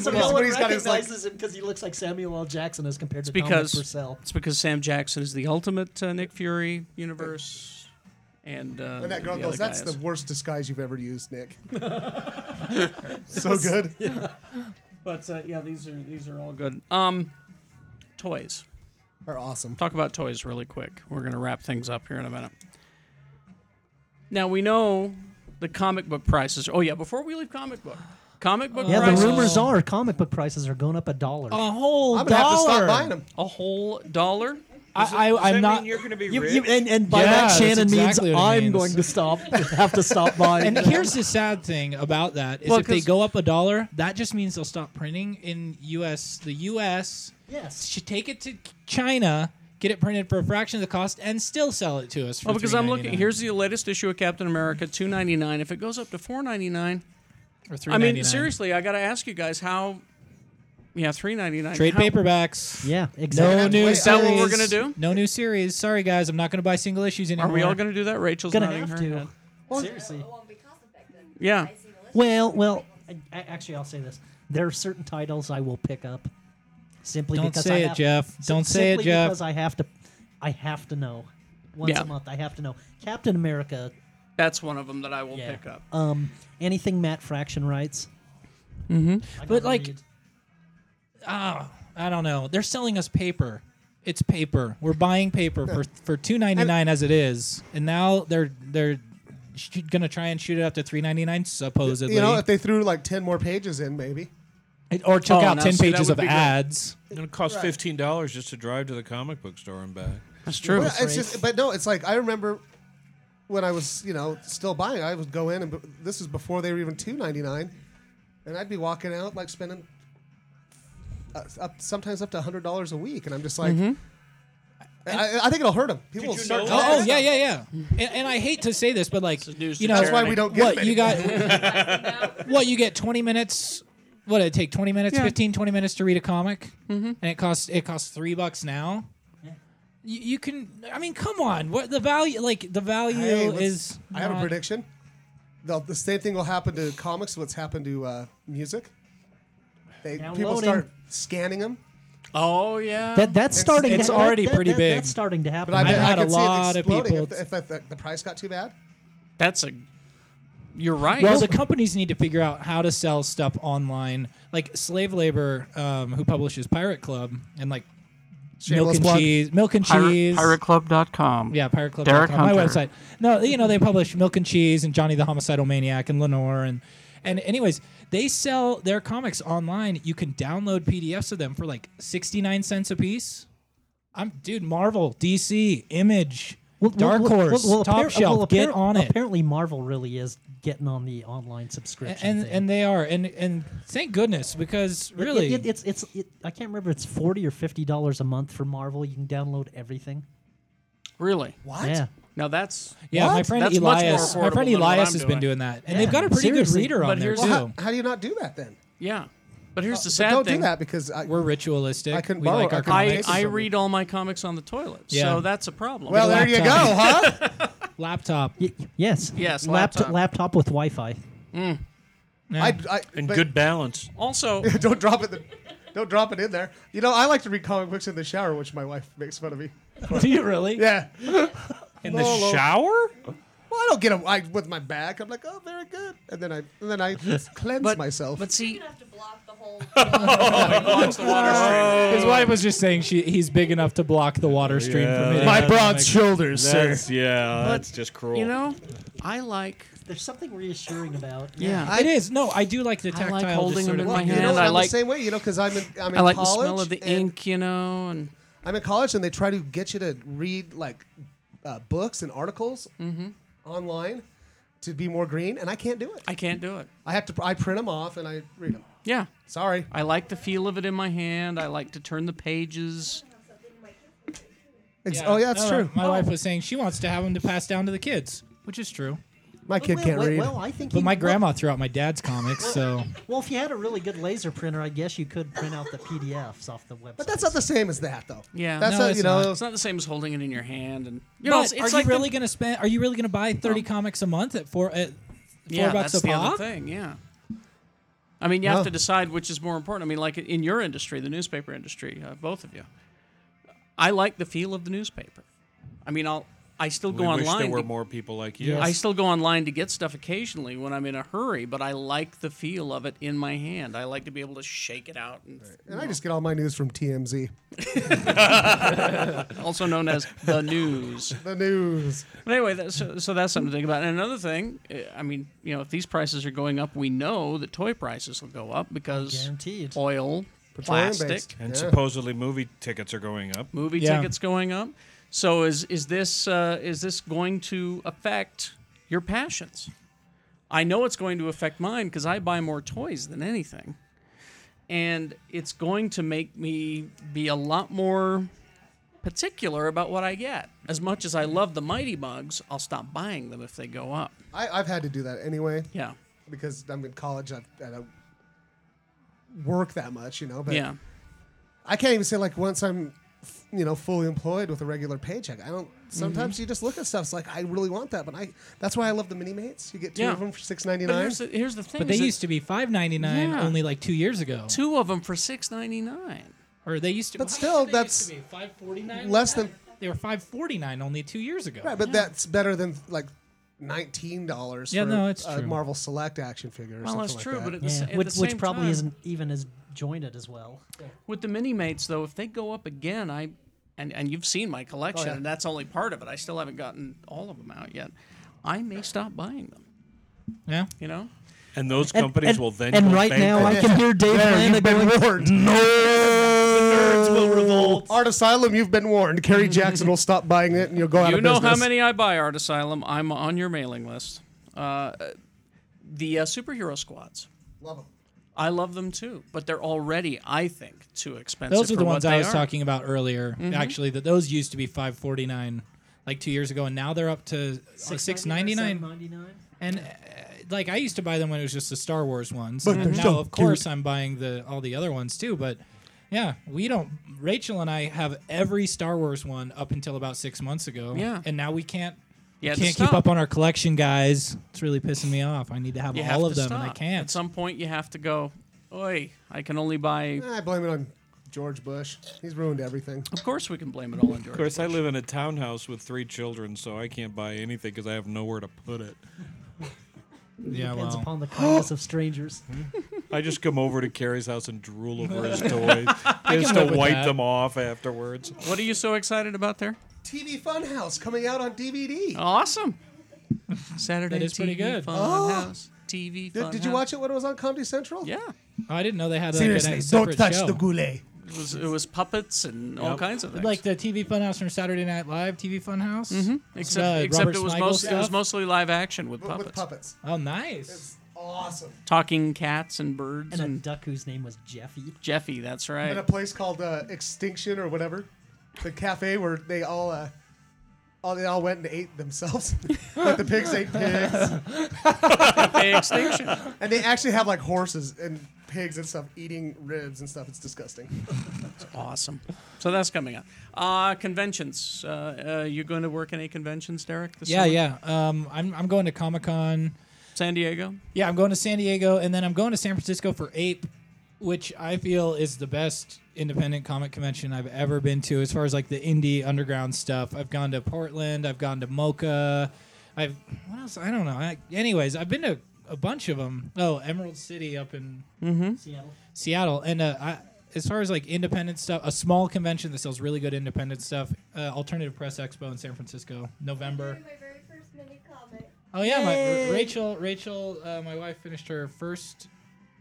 so Well, no one he's got his, recognizes like- him because he looks like Samuel L. Jackson as compared to because Dominic Purcell. it's because Sam Jackson is the ultimate uh, Nick Fury universe, and uh, And that girl the goes, other "That's guy the is- worst disguise you've ever used, [LAUGHS] Nick." so good. But uh, yeah, these are these are all good. Um, toys. Are awesome. talk about toys really quick. We're going to wrap things up here in a minute. Now we know the comic book prices. Oh yeah, before we leave comic book, comic book Yeah, prices the rumors are comic book prices are going up a dollar. A whole I'm gonna have to dollar. stop buying them. a whole dollar. Does it- I, does I, I'm that not. mean you're going to be You, rich? you, and, and by Yeah, that, that's Shannon exactly means what it I'm means. going to [LAUGHS] stop, have to stop by. [LAUGHS] and here's the sad thing about that is Well, if they 'cause- go up a dollar, that just means they'll stop printing in U.S. The U.S. Yes. should take it to China, get it printed for a fraction of the cost, and still sell it to us. For Well, Oh, because I'm looking. $3.99. Here's the latest issue of Captain America, two ninety nine. If it goes up to four ninety nine, Or $3.99. I mean, seriously, I got to ask you guys how. Yeah, three ninety nine. Trade paperbacks. [LAUGHS] Yeah, No exactly. new Wait, series. is that what we're gonna do? No new series. Sorry guys, I'm not gonna buy single issues anymore. Are we all going to do that? Rachel's Gonna nodding have her to. head. Seriously. Oh, Well, because of that, then Yeah. I see the list. Well, well, I, I- actually, I'll say this: there are certain titles I will pick up simply Don't because say I it, have, Jeff. sim- Don't say it, simply Jeff. Because I have to, I have to know. Once Yeah. a month, I have to know. Captain America. That's one of them that I will Yeah. pick up. Um, anything Matt Fraction writes. Mm-hmm. But, like, I don't know. They're selling us paper. It's paper. We're buying paper for for two ninety nine as it is, and now they're they're sh- gonna try and shoot it up to three ninety nine supposedly, You know, if they threw like ten more pages in, maybe. It- or took Oh, out now, ten see, that pages would of be great. ads. It'll cost fifteen dollars just to drive to the comic book store and back. That's true. Well, it's just, but no, it's like I remember when I was, you know, still buying. I would go in, and b- this is before they were even two ninety nine, and I'd be walking out like spending uh, up, sometimes up to hundred dollars a week, and I'm just like, Mm-hmm. I, I think it'll hurt them. People will you start. know doing Oh, that yeah, stuff. yeah, yeah. And, and I hate to say this, but like news you to know That's why we don't get what them you got. [LAUGHS] [LAUGHS] what you get twenty minutes. What it take twenty minutes, Yeah. fifteen, twenty 15, 20 minutes to read a comic, and it costs it costs three bucks now. You, you can, I mean, come on. What the value? Like the value Hey, let's- is. I have a not- prediction. They'll, the same thing will happen to comics. What's happened to uh, music? They, people Downloading. start scanning them. oh yeah. that that's starting. it's to, already that- that- pretty that- big. That's starting to happen. But I, bet I had a could lot see of it exploding people- if, the- if, the, the price got too bad. that's a. You're right. Well, the companies need to figure out how to sell stuff online. Like Slave Labor, um, who publishes Pirate Club, and like Milk Shameless and plug. Cheese, Milk and Cheese, pirateclub.com. yeah, Pirate Club. Derek my Hunter. website. No, you know they publish Milk and Cheese and Johnny the Homicidal Maniac and Lenore and and anyways, they sell their comics online. You can download PDFs of them for like sixty nine cents a piece. I'm dude, Marvel, DC, Image, Well, well, Dark well, well, Horse, well, Top appar- Shelf, well, get appar- on it. Apparently, Marvel really is getting on the online subscription. and thing. and they are and and thank goodness because It- really it, it's it's it, I can't remember. It's forty or fifty dollars a month for Marvel. You can download everything. Really? What? Yeah. Now that's yeah my friend That's much more Elias my affordable friend than what Elias I'm has doing. been doing that and Yeah, they've got a pretty good seriously. reader But on there here's- too. Well, How, how do you not do that then? yeah. But here's the Oh, But sad don't thing. do that because I, We're ritualistic. I couldn't we borrow like a our copy. I, comics. I Places. read all my comics on the toilet, Yeah. so that's a problem. well, there you go, [LAUGHS] huh? laptop. Y- yes. Yes, Laptop laptop. laptop with Wi-Fi. I, I, And but good balance. also, [LAUGHS] Don't drop it. Don't drop it in there. You know, I like to read comic books in the shower, which my wife makes fun of me. [LAUGHS] Do you really? Yeah. In the shower? Well, I don't get them I, with my back. I'm like, oh, very good, and then I and [LAUGHS] then I cleanse but myself. Oh, But You're see, gonna have to block the [LAUGHS] whole. His wife was just saying she he's big enough to block the water stream from it. shoulders, That's, yeah, that's just cruel. you know, I like. There's something reassuring about. Yeah. It is no, I do like the I tactile. like just holding sort them in of my thing. you hand. know, I I'm like- the same way. You know, because I'm in I'm in I like the college. smell of the and ink, you know, and I'm in college, and they try to get you to read like uh, books and articles Mm-hmm. online to be more green, and I can't do it. I can't do it. I have to. I print them off and I read them. Yeah. Sorry. I like the feel of it in my hand. I like to turn the pages. Ex- Oh yeah, No, that's no, true. My wife was saying she wants to have them to pass down to the kids, which is true. My kid well, can't well, read. well, I think. But you- my well- grandma threw out my dad's comics, so Well, if you had a really good laser printer, I guess you could print out the PDFs off the website. But that's not the same as that, though. Yeah. that's No, not, it's you know. not. It's not the same as holding it in your hand, and you know, But it's, it's are like [LAUGHS] you the- really going to spend? Are you really going to buy thirty comics a month at four at four yeah, bucks that's a the pop? other thing. Yeah. I mean, you No. have to decide which is more important. I mean, like in your industry, the newspaper industry, uh, both of you. I like the feel of the newspaper. I mean, I'll I still go we wish online. there were to- more people like you. I still go online to get stuff occasionally when I'm in a hurry, but I like the feel of it in my hand. I like to be able to shake it out, and And I just get all my news from TMZ. also known as [LAUGHS] the news. The news. But anyway, that, so, so that's something to think about. And another thing, eh, I mean, you know, if these prices are going up, we know that toy prices will go up because Guaranteed. oil plastic. And supposedly movie tickets are going up. Movie Yeah. tickets going up. So is is this uh, is this going to affect your passions? I know it's going to affect mine because I buy more toys than anything, and it's going to make me be a lot more particular about what I get. As much as I love the Mighty Bugs, I'll stop buying them if they go up. I, I've had to do that anyway Yeah, because I'm in college. I, I don't work that much, you know. But yeah. I can't even say like once I'm, f- you know, fully employed with a regular paycheck. I don't. Sometimes you just look at stuff. It's like I really want that, but I. That's why I love the mini mates. You get two Yeah. of them for six ninety But nine. here's the, here's the thing: But they is that used to be five ninety nine Yeah. only like two years ago, two of them for six ninety nine. or they used to. But still, that's five forty nine. less than They were five forty nine only two years ago. right. But that's better than like. Nineteen dollars Yeah, for no, it's a true. Marvel Select action figure. Or Well, something that's like true, that. [LAUGHS] but at the, s- Yeah. at Which, the which same probably time- isn't even as jointed as well. With the mini mates, though, if they go up again, I and and you've seen my collection, Oh, yeah. and that's only part of it. I still haven't gotten all of them out yet. I may stop buying them. Yeah. You know, And those companies will then and go right now I bankrupt. can hear Dave Landa going, [LAUGHS] Nerds will revolt. Art Asylum, you've been warned. Kerry Jackson will stop buying it, and you'll go out you of know business. how many I buy Art Asylum. I'm on your mailing list. Uh, the uh, superhero squads. Love 'em. I love them too, but they're already, I think, too expensive. Those are for the what ones they I was are. Mm-hmm. talking about earlier. Actually, that those used to be five forty nine, like two years ago, and now they're up to uh, six ninety nine. And uh, like I used to buy them when it was just the Star Wars ones. But now, of course, I'm buying the all the other ones too. But yeah, we don't. Rachel and I have every Star Wars one up until about six months ago. Yeah. and now we can't. You Yeah, had to can't keep stop. up on our collection, guys. It's really pissing me off. I need to have You have all of to them, and I stop. At can't. some point, you have to go. Oi, I can only buy. I blame it on George Bush. He's ruined everything. Of course, we can blame it all on George. Of course, I live in a townhouse with three children, so I can't buy anything because I have nowhere to put it. Oh, yeah, depends well, upon the kindness [GASPS] of strangers. I just come over to Carrie's house and drool over his toys just live to with wipe that. them off afterwards. What are you so excited about there? TV Funhouse coming out on DVD. Oh, Awesome. Saturday That is TV pretty good. Fun Oh. House. TV Did, Fun did you House. watch it when it was on Comedy Central? Yeah. I didn't know they had like, a separate show. goulet. It was it was puppets and all kinds of things. like the TV Funhouse from Saturday Night Live, TV Funhouse. Mm-hmm. except except it was most it was mostly live action with puppets. With puppets. Oh, nice. Awesome. Talking cats and birds And and, a duck whose name was Jeffy. Jeffy, that's At a right. place called uh, Extinction or whatever, the cafe where they all, uh, all they all went and ate themselves. [LAUGHS] like the pigs ate pigs, Cafe Extinction. [LAUGHS] and they actually have like horses and pigs and stuff eating ribs and stuff. It's disgusting. Awesome. So that's coming up. Uh, conventions. Uh, uh, you going to work any conventions, Derek? This Yeah, summer? yeah. Um, I'm I'm going to Comic Con. San Diego. Yeah, I'm going to San Diego, and then I'm going to San Francisco for Ape, which I feel is the best independent comic convention I've ever been to, as far as like the indie underground stuff. I've gone to Portland. I've gone to Mocha. I've what else? I don't know. I, anyways, I've been to a bunch of them. Oh, Emerald City up in Hmm? Seattle. Seattle. And uh, I, as far as like independent stuff, a small convention that sells really good independent stuff, uh, Alternative Press Expo in San Francisco, November. My very first mini comic. Oh yeah, my, Rachel. Rachel, uh, my wife finished her first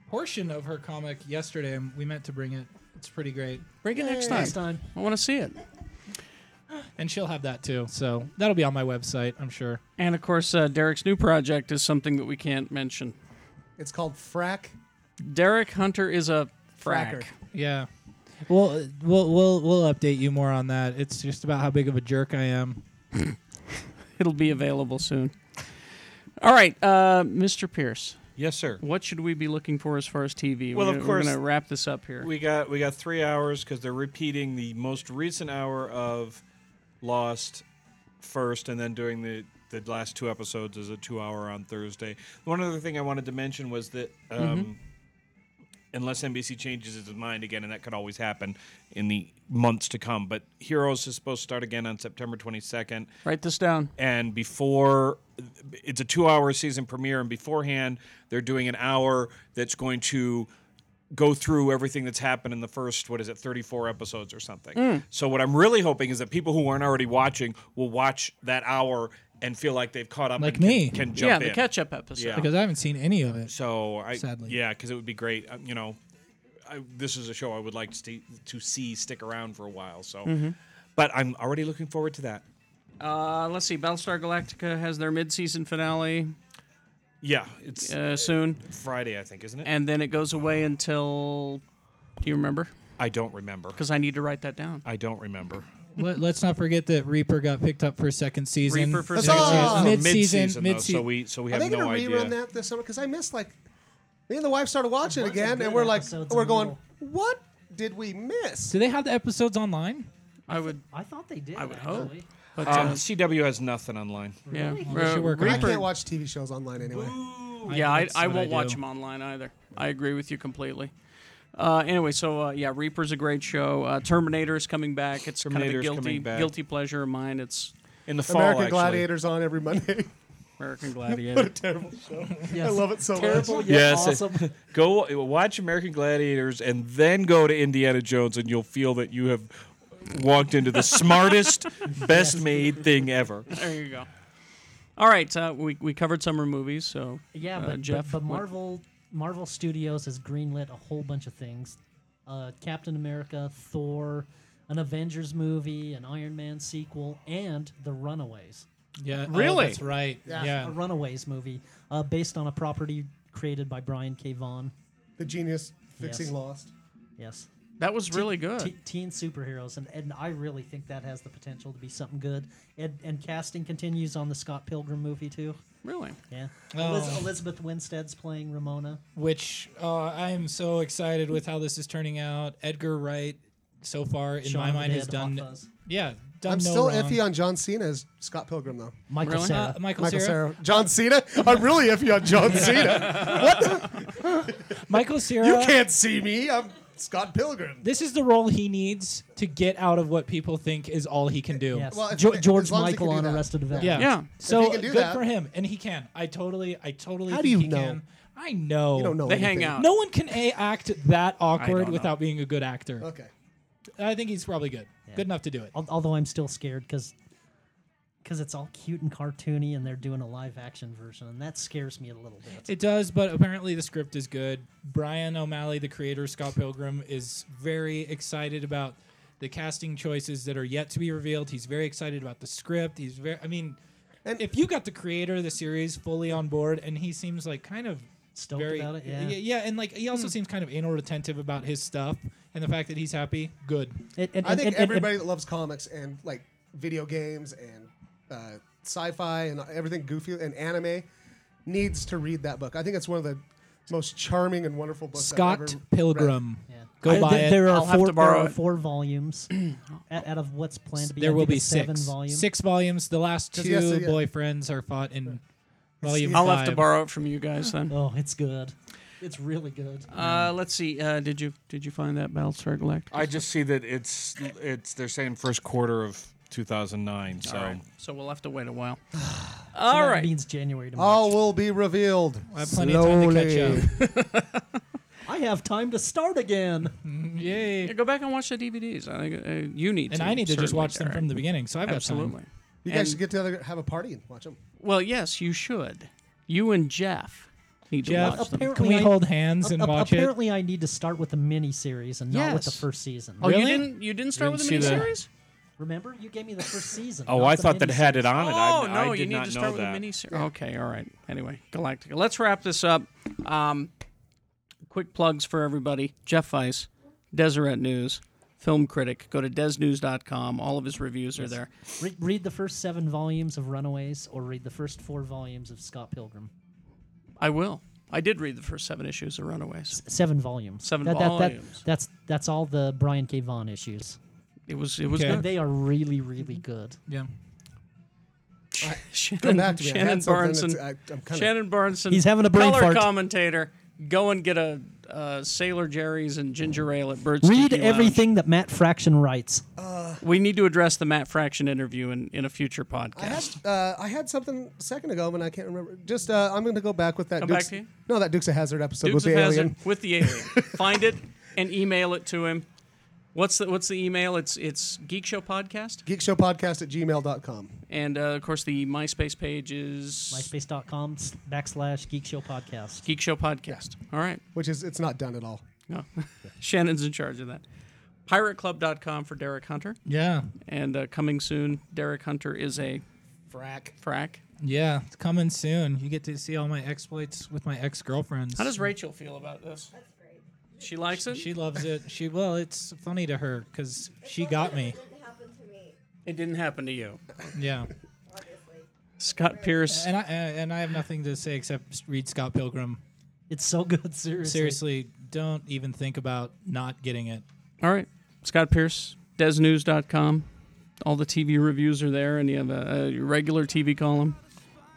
portion of her comic yesterday, and we meant to bring it. It's pretty great, Bring it next time. Next time. I want to see it. and she'll have that too. So that'll be on my website, I'm sure. And of course, uh, Derek's new project is something that we can't mention. It's called Frack. Derek Hunter is a fracker. Fracker. Yeah. Well, uh, we'll we'll we'll update you more on that. It's just about how big of a jerk I am. It'll be available soon. All right, uh, Mr. Pierce, Yes, sir. what should we be looking for as far as TV? Well, we're, of gonna- course- we're going to wrap this up here. We got we got three hours because they're repeating the most recent hour of Lost first, and then doing the the last two episodes as a two hour on Thursday. One other thing I wanted to mention was that. Um, Unless NBC changes its mind again, and that could always happen in the months to come. But Heroes is supposed to start again on September 22nd. Write this down. and before it's a two-hour season premiere, and beforehand they're doing an hour that's going to go through everything that's happened in the first what is it 34 episodes or something. Mm. So what I'm really hoping is that people who aren't already watching will watch that hour and feel like they've caught up. Like and can- me. can, jump yeah, the in. catch-up episode. Yeah. Because I haven't seen any of it. So I Sadly. yeah, because it would be great. um, Uh, You know, I, this is a show I would like to, see to see stick around for a while. So, Mm-hmm. but I'm already looking forward to that. Uh, let's see. Battlestar Galactica has their mid-season finale Yeah, it's uh, soon, Friday, I think, isn't it? and then it goes away until. Do you remember? I don't remember. Because I need to write that down. I don't remember. Let, us not forget that Reaper got picked up for a second season. Reaper for That's second all. season. Oh, mid-season, mid-season, though, mid-season. so we so we Are have they no gonna idea. rerun that this summer? Because I missed like me and the wife started watching it bunch of again, good and we're like, episodes we're in going, what did we miss? Do they have the episodes online? I would. I thought they did. I would hope. actually. But Um, uh, CW has nothing online. yeah, They should work on I it. can't watch TV shows online anyway. Yeah, I, That's I what won't do. watch them online either. I agree with you completely. Uh, anyway, so uh, yeah, Reaper's a great show. Uh, Terminator is coming back. It's kind of a Terminator's guilty coming back. guilty pleasure of mine. It's In the fall, American actually. Gladiators on every Monday. [LAUGHS] American Gladiator. Terrible [LAUGHS] show. I Yes. love it so Terrible much. yet Yes, it- awesome. [LAUGHS] Go watch American Gladiators and then go to Indiana Jones, and you'll feel that you have walked [LAUGHS] into the smartest, best made thing ever. There you [LAUGHS] go. All right, uh, we we covered summer movies, so Yeah, uh, but, but- Jeff, but, what- Marvel Marvel Studios has greenlit a whole bunch of things: uh, Captain America, Thor, an Avengers movie, an Iron Man sequel, and The Runaways. Yeah, oh, Really? that's right. Yeah. a Runaways movie uh, based on a property created by Brian K. Vaughan. The genius fixing Yes. Lost. Yes, that was really good. Te- teen superheroes, and, and I really think that has the potential to be something good. And and casting continues on the Scott Pilgrim movie too. really, Yeah, Oh. Eliz- Elizabeth Winstead's playing Ramona. Which uh, I am so excited with how this is turning out. Edgar Wright, so far in Shaun my of the mind, has Dead, Hot done. Fuzz. Yeah, done I'm no still wrong. iffy on John Cena as Scott Pilgrim though. Michael Really? Cera. Uh, Michael, Michael Cera. Sarah. John Cena? I'm really iffy on John Cena. Michael Cera. You [LAUGHS] can't see me. I'm Scott Pilgrim. This is the role he needs to get out of what people think is all he can do. Yes. Well, if- Jo- as George long as they Michael can do on that. Arrested Development. Yeah. Yeah. So If he can do good that- for him, and he can. I totally, I totally. How do think you he know? Can. I know. You don't know. they anything. hang Uh, out. No one can a- act that awkward know. without being a good actor. Okay. I think he's probably good. Good enough to do it. Al- Although I'm still scared because it's all cute and cartoony, and they're doing a live action version, and that scares me a little bit. It does, but apparently the script is good. Brian O'Malley, the creator of Scott Pilgrim, is very excited about the casting choices that are yet to be revealed. He's very excited about the script. He's very, I mean, And- if you got the creator of the series fully on board, and he seems like kind of Stoked very, about it, yeah. yeah, and like he Hmm. also seems kind of anal retentive about his stuff and the fact that he's happy. Good. It- and- I and- think and- and- everybody that loves comics and like video games and uh, sci-fi and everything goofy and anime needs to read that book. I think it's one of the most charming and wonderful books. I've Scott ever Pilgrim. Yeah. Go I- buy there, it. There are I'll four. have to borrow there are it. [CLEARS THROAT] four volumes out, out of what's planned to be. I there will think be it's six seven volumes. six volumes. The last two Just yes, yeah. boyfriends are fought in volume. I'll have to five. borrow it from you guys then. Oh, it's good. It's really good. Uh, let's see. Uh, did you did you find that Battlestar Galactica? I just see that it's it's they're saying first quarter of 2009. So All right, so we'll have to wait a [SIGHS] while. So All that right. means January to March. All will be revealed. I have plenty of time to catch I have time to start again. up. [LAUGHS] Yay! Yeah, go back and watch the DVDs. I think uh, you need And to. I need to just certainly, watch them Derek. from the beginning, so I've got Absolutely. time. You And- guys should get together, have a party, and watch them. Well, yes, you should. You and Jeff need to watch Jeff, them. apparently- can we I- hold hands and Ap- watch it? apparently, I need to start with the mini series and not with the Yes. first season. Oh, you Really? didn't you didn't start didn't with a see the- miniseries? Remember, you gave me the first season. oh, not I the thought that miniseries. had it on it. I, Oh I no, did you need not to know start with that. a miniseries. Okay, all right. Anyway, Galactica. Let's wrap this up. Um, quick plugs for everybody: Jeff Weiss, Deseret News, film critic. Go to desnews.com. All of his reviews are there. Re- read the first seven volumes of Runaways, or read the first four volumes of Scott Pilgrim. I will. I did read the first seven issues of Runaways. Seven volumes. Seven volumes. that's that's all the Brian K. Vaughan issues, It was it was Okay. and they are really really good. yeah. Shannon, Come back to me. I Shannon had something Barneson. that's- I, am kind Shannon Barneson. He's having a brain color fart. commentator. Go and get a uh, Sailor Jerry's and ginger ale at Bird's. Read Tiki Lounge. everything that Matt Fraction writes. We need to address the Matt Fraction interview in, in a future I had podcast. uh, I had something a second ago, but I can't remember. Just uh, I'm going to go back with that. Come back Dukes, to you? No, that Dukes of Hazard episode Dukes with of the Hazzard alien. with the [LAUGHS] alien. Find it and email it to him. What's the What's the email? It's it's Geek Show Podcast, Geekshowpodcast at gmail.com. and uh, of course the MySpace page is MySpace.com s- backslash Geek Show Podcast. Geek Show Podcast. All right, Which is it's not done at all. No. [LAUGHS] Shannon's in charge of that. PirateClub.com for Derek Hunter. Yeah. And uh, coming soon, Derek Hunter is a Frack. frack. Yeah, it's coming soon. You get to see all my exploits with my ex girlfriends. How does Rachel feel about this? That's great. She likes it? She loves it. She well, it's funny to her because she got me. It didn't happen to me, It didn't happen to you. Yeah, obviously. Scott Pierce. and I uh, and I have nothing to say except read Scott Pilgrim. It's so good, seriously. Seriously, don't even think about not getting it. All right. Scott Pierce, DesNews.com. All the TV reviews are there, and you have a, a regular TV column.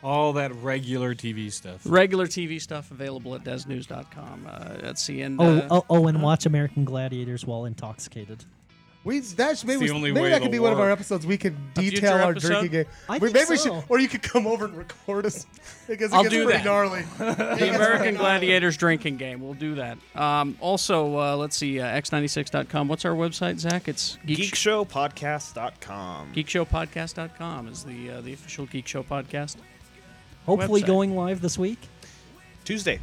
All that regular TV stuff. Regular TV stuff available at DesNews.com. Uh, let's see. And, Oh, uh, oh, oh, and watch American Gladiators while intoxicated. We that's maybe the we- only maybe way that could it'll be one of our work. episodes. We could future detail our episode? drinking game. I We- think maybe we so. should, or you could come over and record us because it I'll gets do pretty that. [LAUGHS] gnarly. the American Gladiators drinking game. We'll do that. Um, also, uh, let's see, uh, x96.com. What's our website, Zach? It's Geek, Geekshowpodcast.com. geekshowpodcast.com is the uh, the official Geek Show podcast. Hopefully Website. going live this week. Tuesday.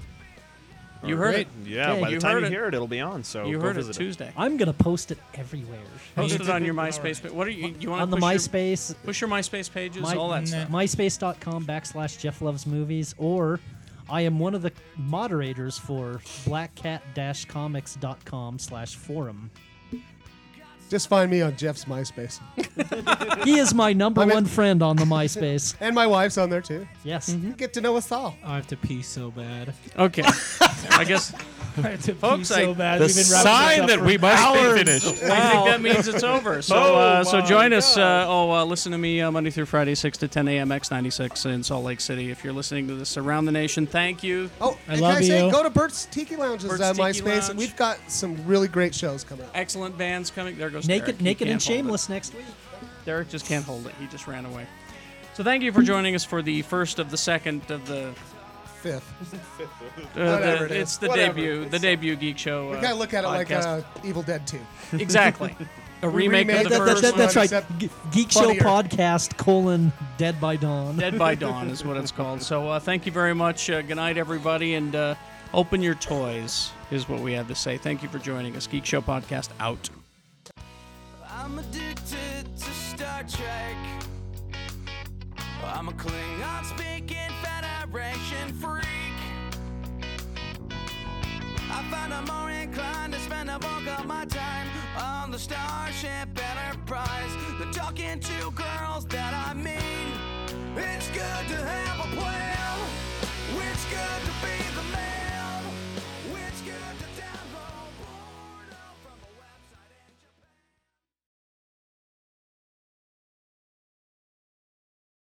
You heard it. Yeah, Yeah, by you the time heard you it. hear it, it'll be on. So You go heard it visit Tuesday. I'm gonna post it everywhere. Post it on your MySpace. But what are you? You want on the MySpace, Push your MySpace pages, my, all that nah. stuff. MySpace.com backslash Jeff Loves Movies, or I am one of the moderators for blackcat-comics.com [LAUGHS] slash forum. Just find me on Jeff's MySpace, He is my number I'm in- one friend on [LAUGHS] the MySpace. Mm-hmm. and my wife's on there too. Yes. Get to know us all. I have to pee so bad. Okay. I guess, I have to pee Folks, I- so bad. The We've been wrapping this sign up that for we must hours. be finished. I think [LAUGHS] that means it's over. So, Oh uh, so join us. Uh, oh, uh, listen to me uh, Monday through Friday, six to ten a.m. X ninety six in Salt Lake City. If you're listening to this around the nation, thank you. Oh, I and love can I say, you. go to Bert's Tiki Lounge's Bert's uh, Tiki MySpace. Lounge. We've got some really great shows coming up. Excellent bands coming. There goes Derek. Naked, He naked can't and hold it. shameless next week. Derek just can't hold it. He just ran away. So thank you for joining us for the first of the second of the. Fifth. Uh, the Whatever it is. it's the Whatever. debut, the debut Geek Show. Uh, We gotta look at it like podcast. uh, Evil Dead Two. exactly. [LAUGHS] A remake remade of the that- That- that- first that- one. that's right. except Ge- Geek Show funnier. Podcast colon Dead by Dawn. Dead by Dawn is what it's called. So uh, thank you very much. Uh, good night, everybody, and uh, open your toys is what we have to say. Thank you for joining us. Geek Show Podcast out. I'm addicted to Star Trek. I'm a Klingon speaking Federation freak. I find I'm more inclined to spend a bulk of my time on the Starship Enterprise than talking to girls that I mean. It's good to have a plan. It's good to be the man.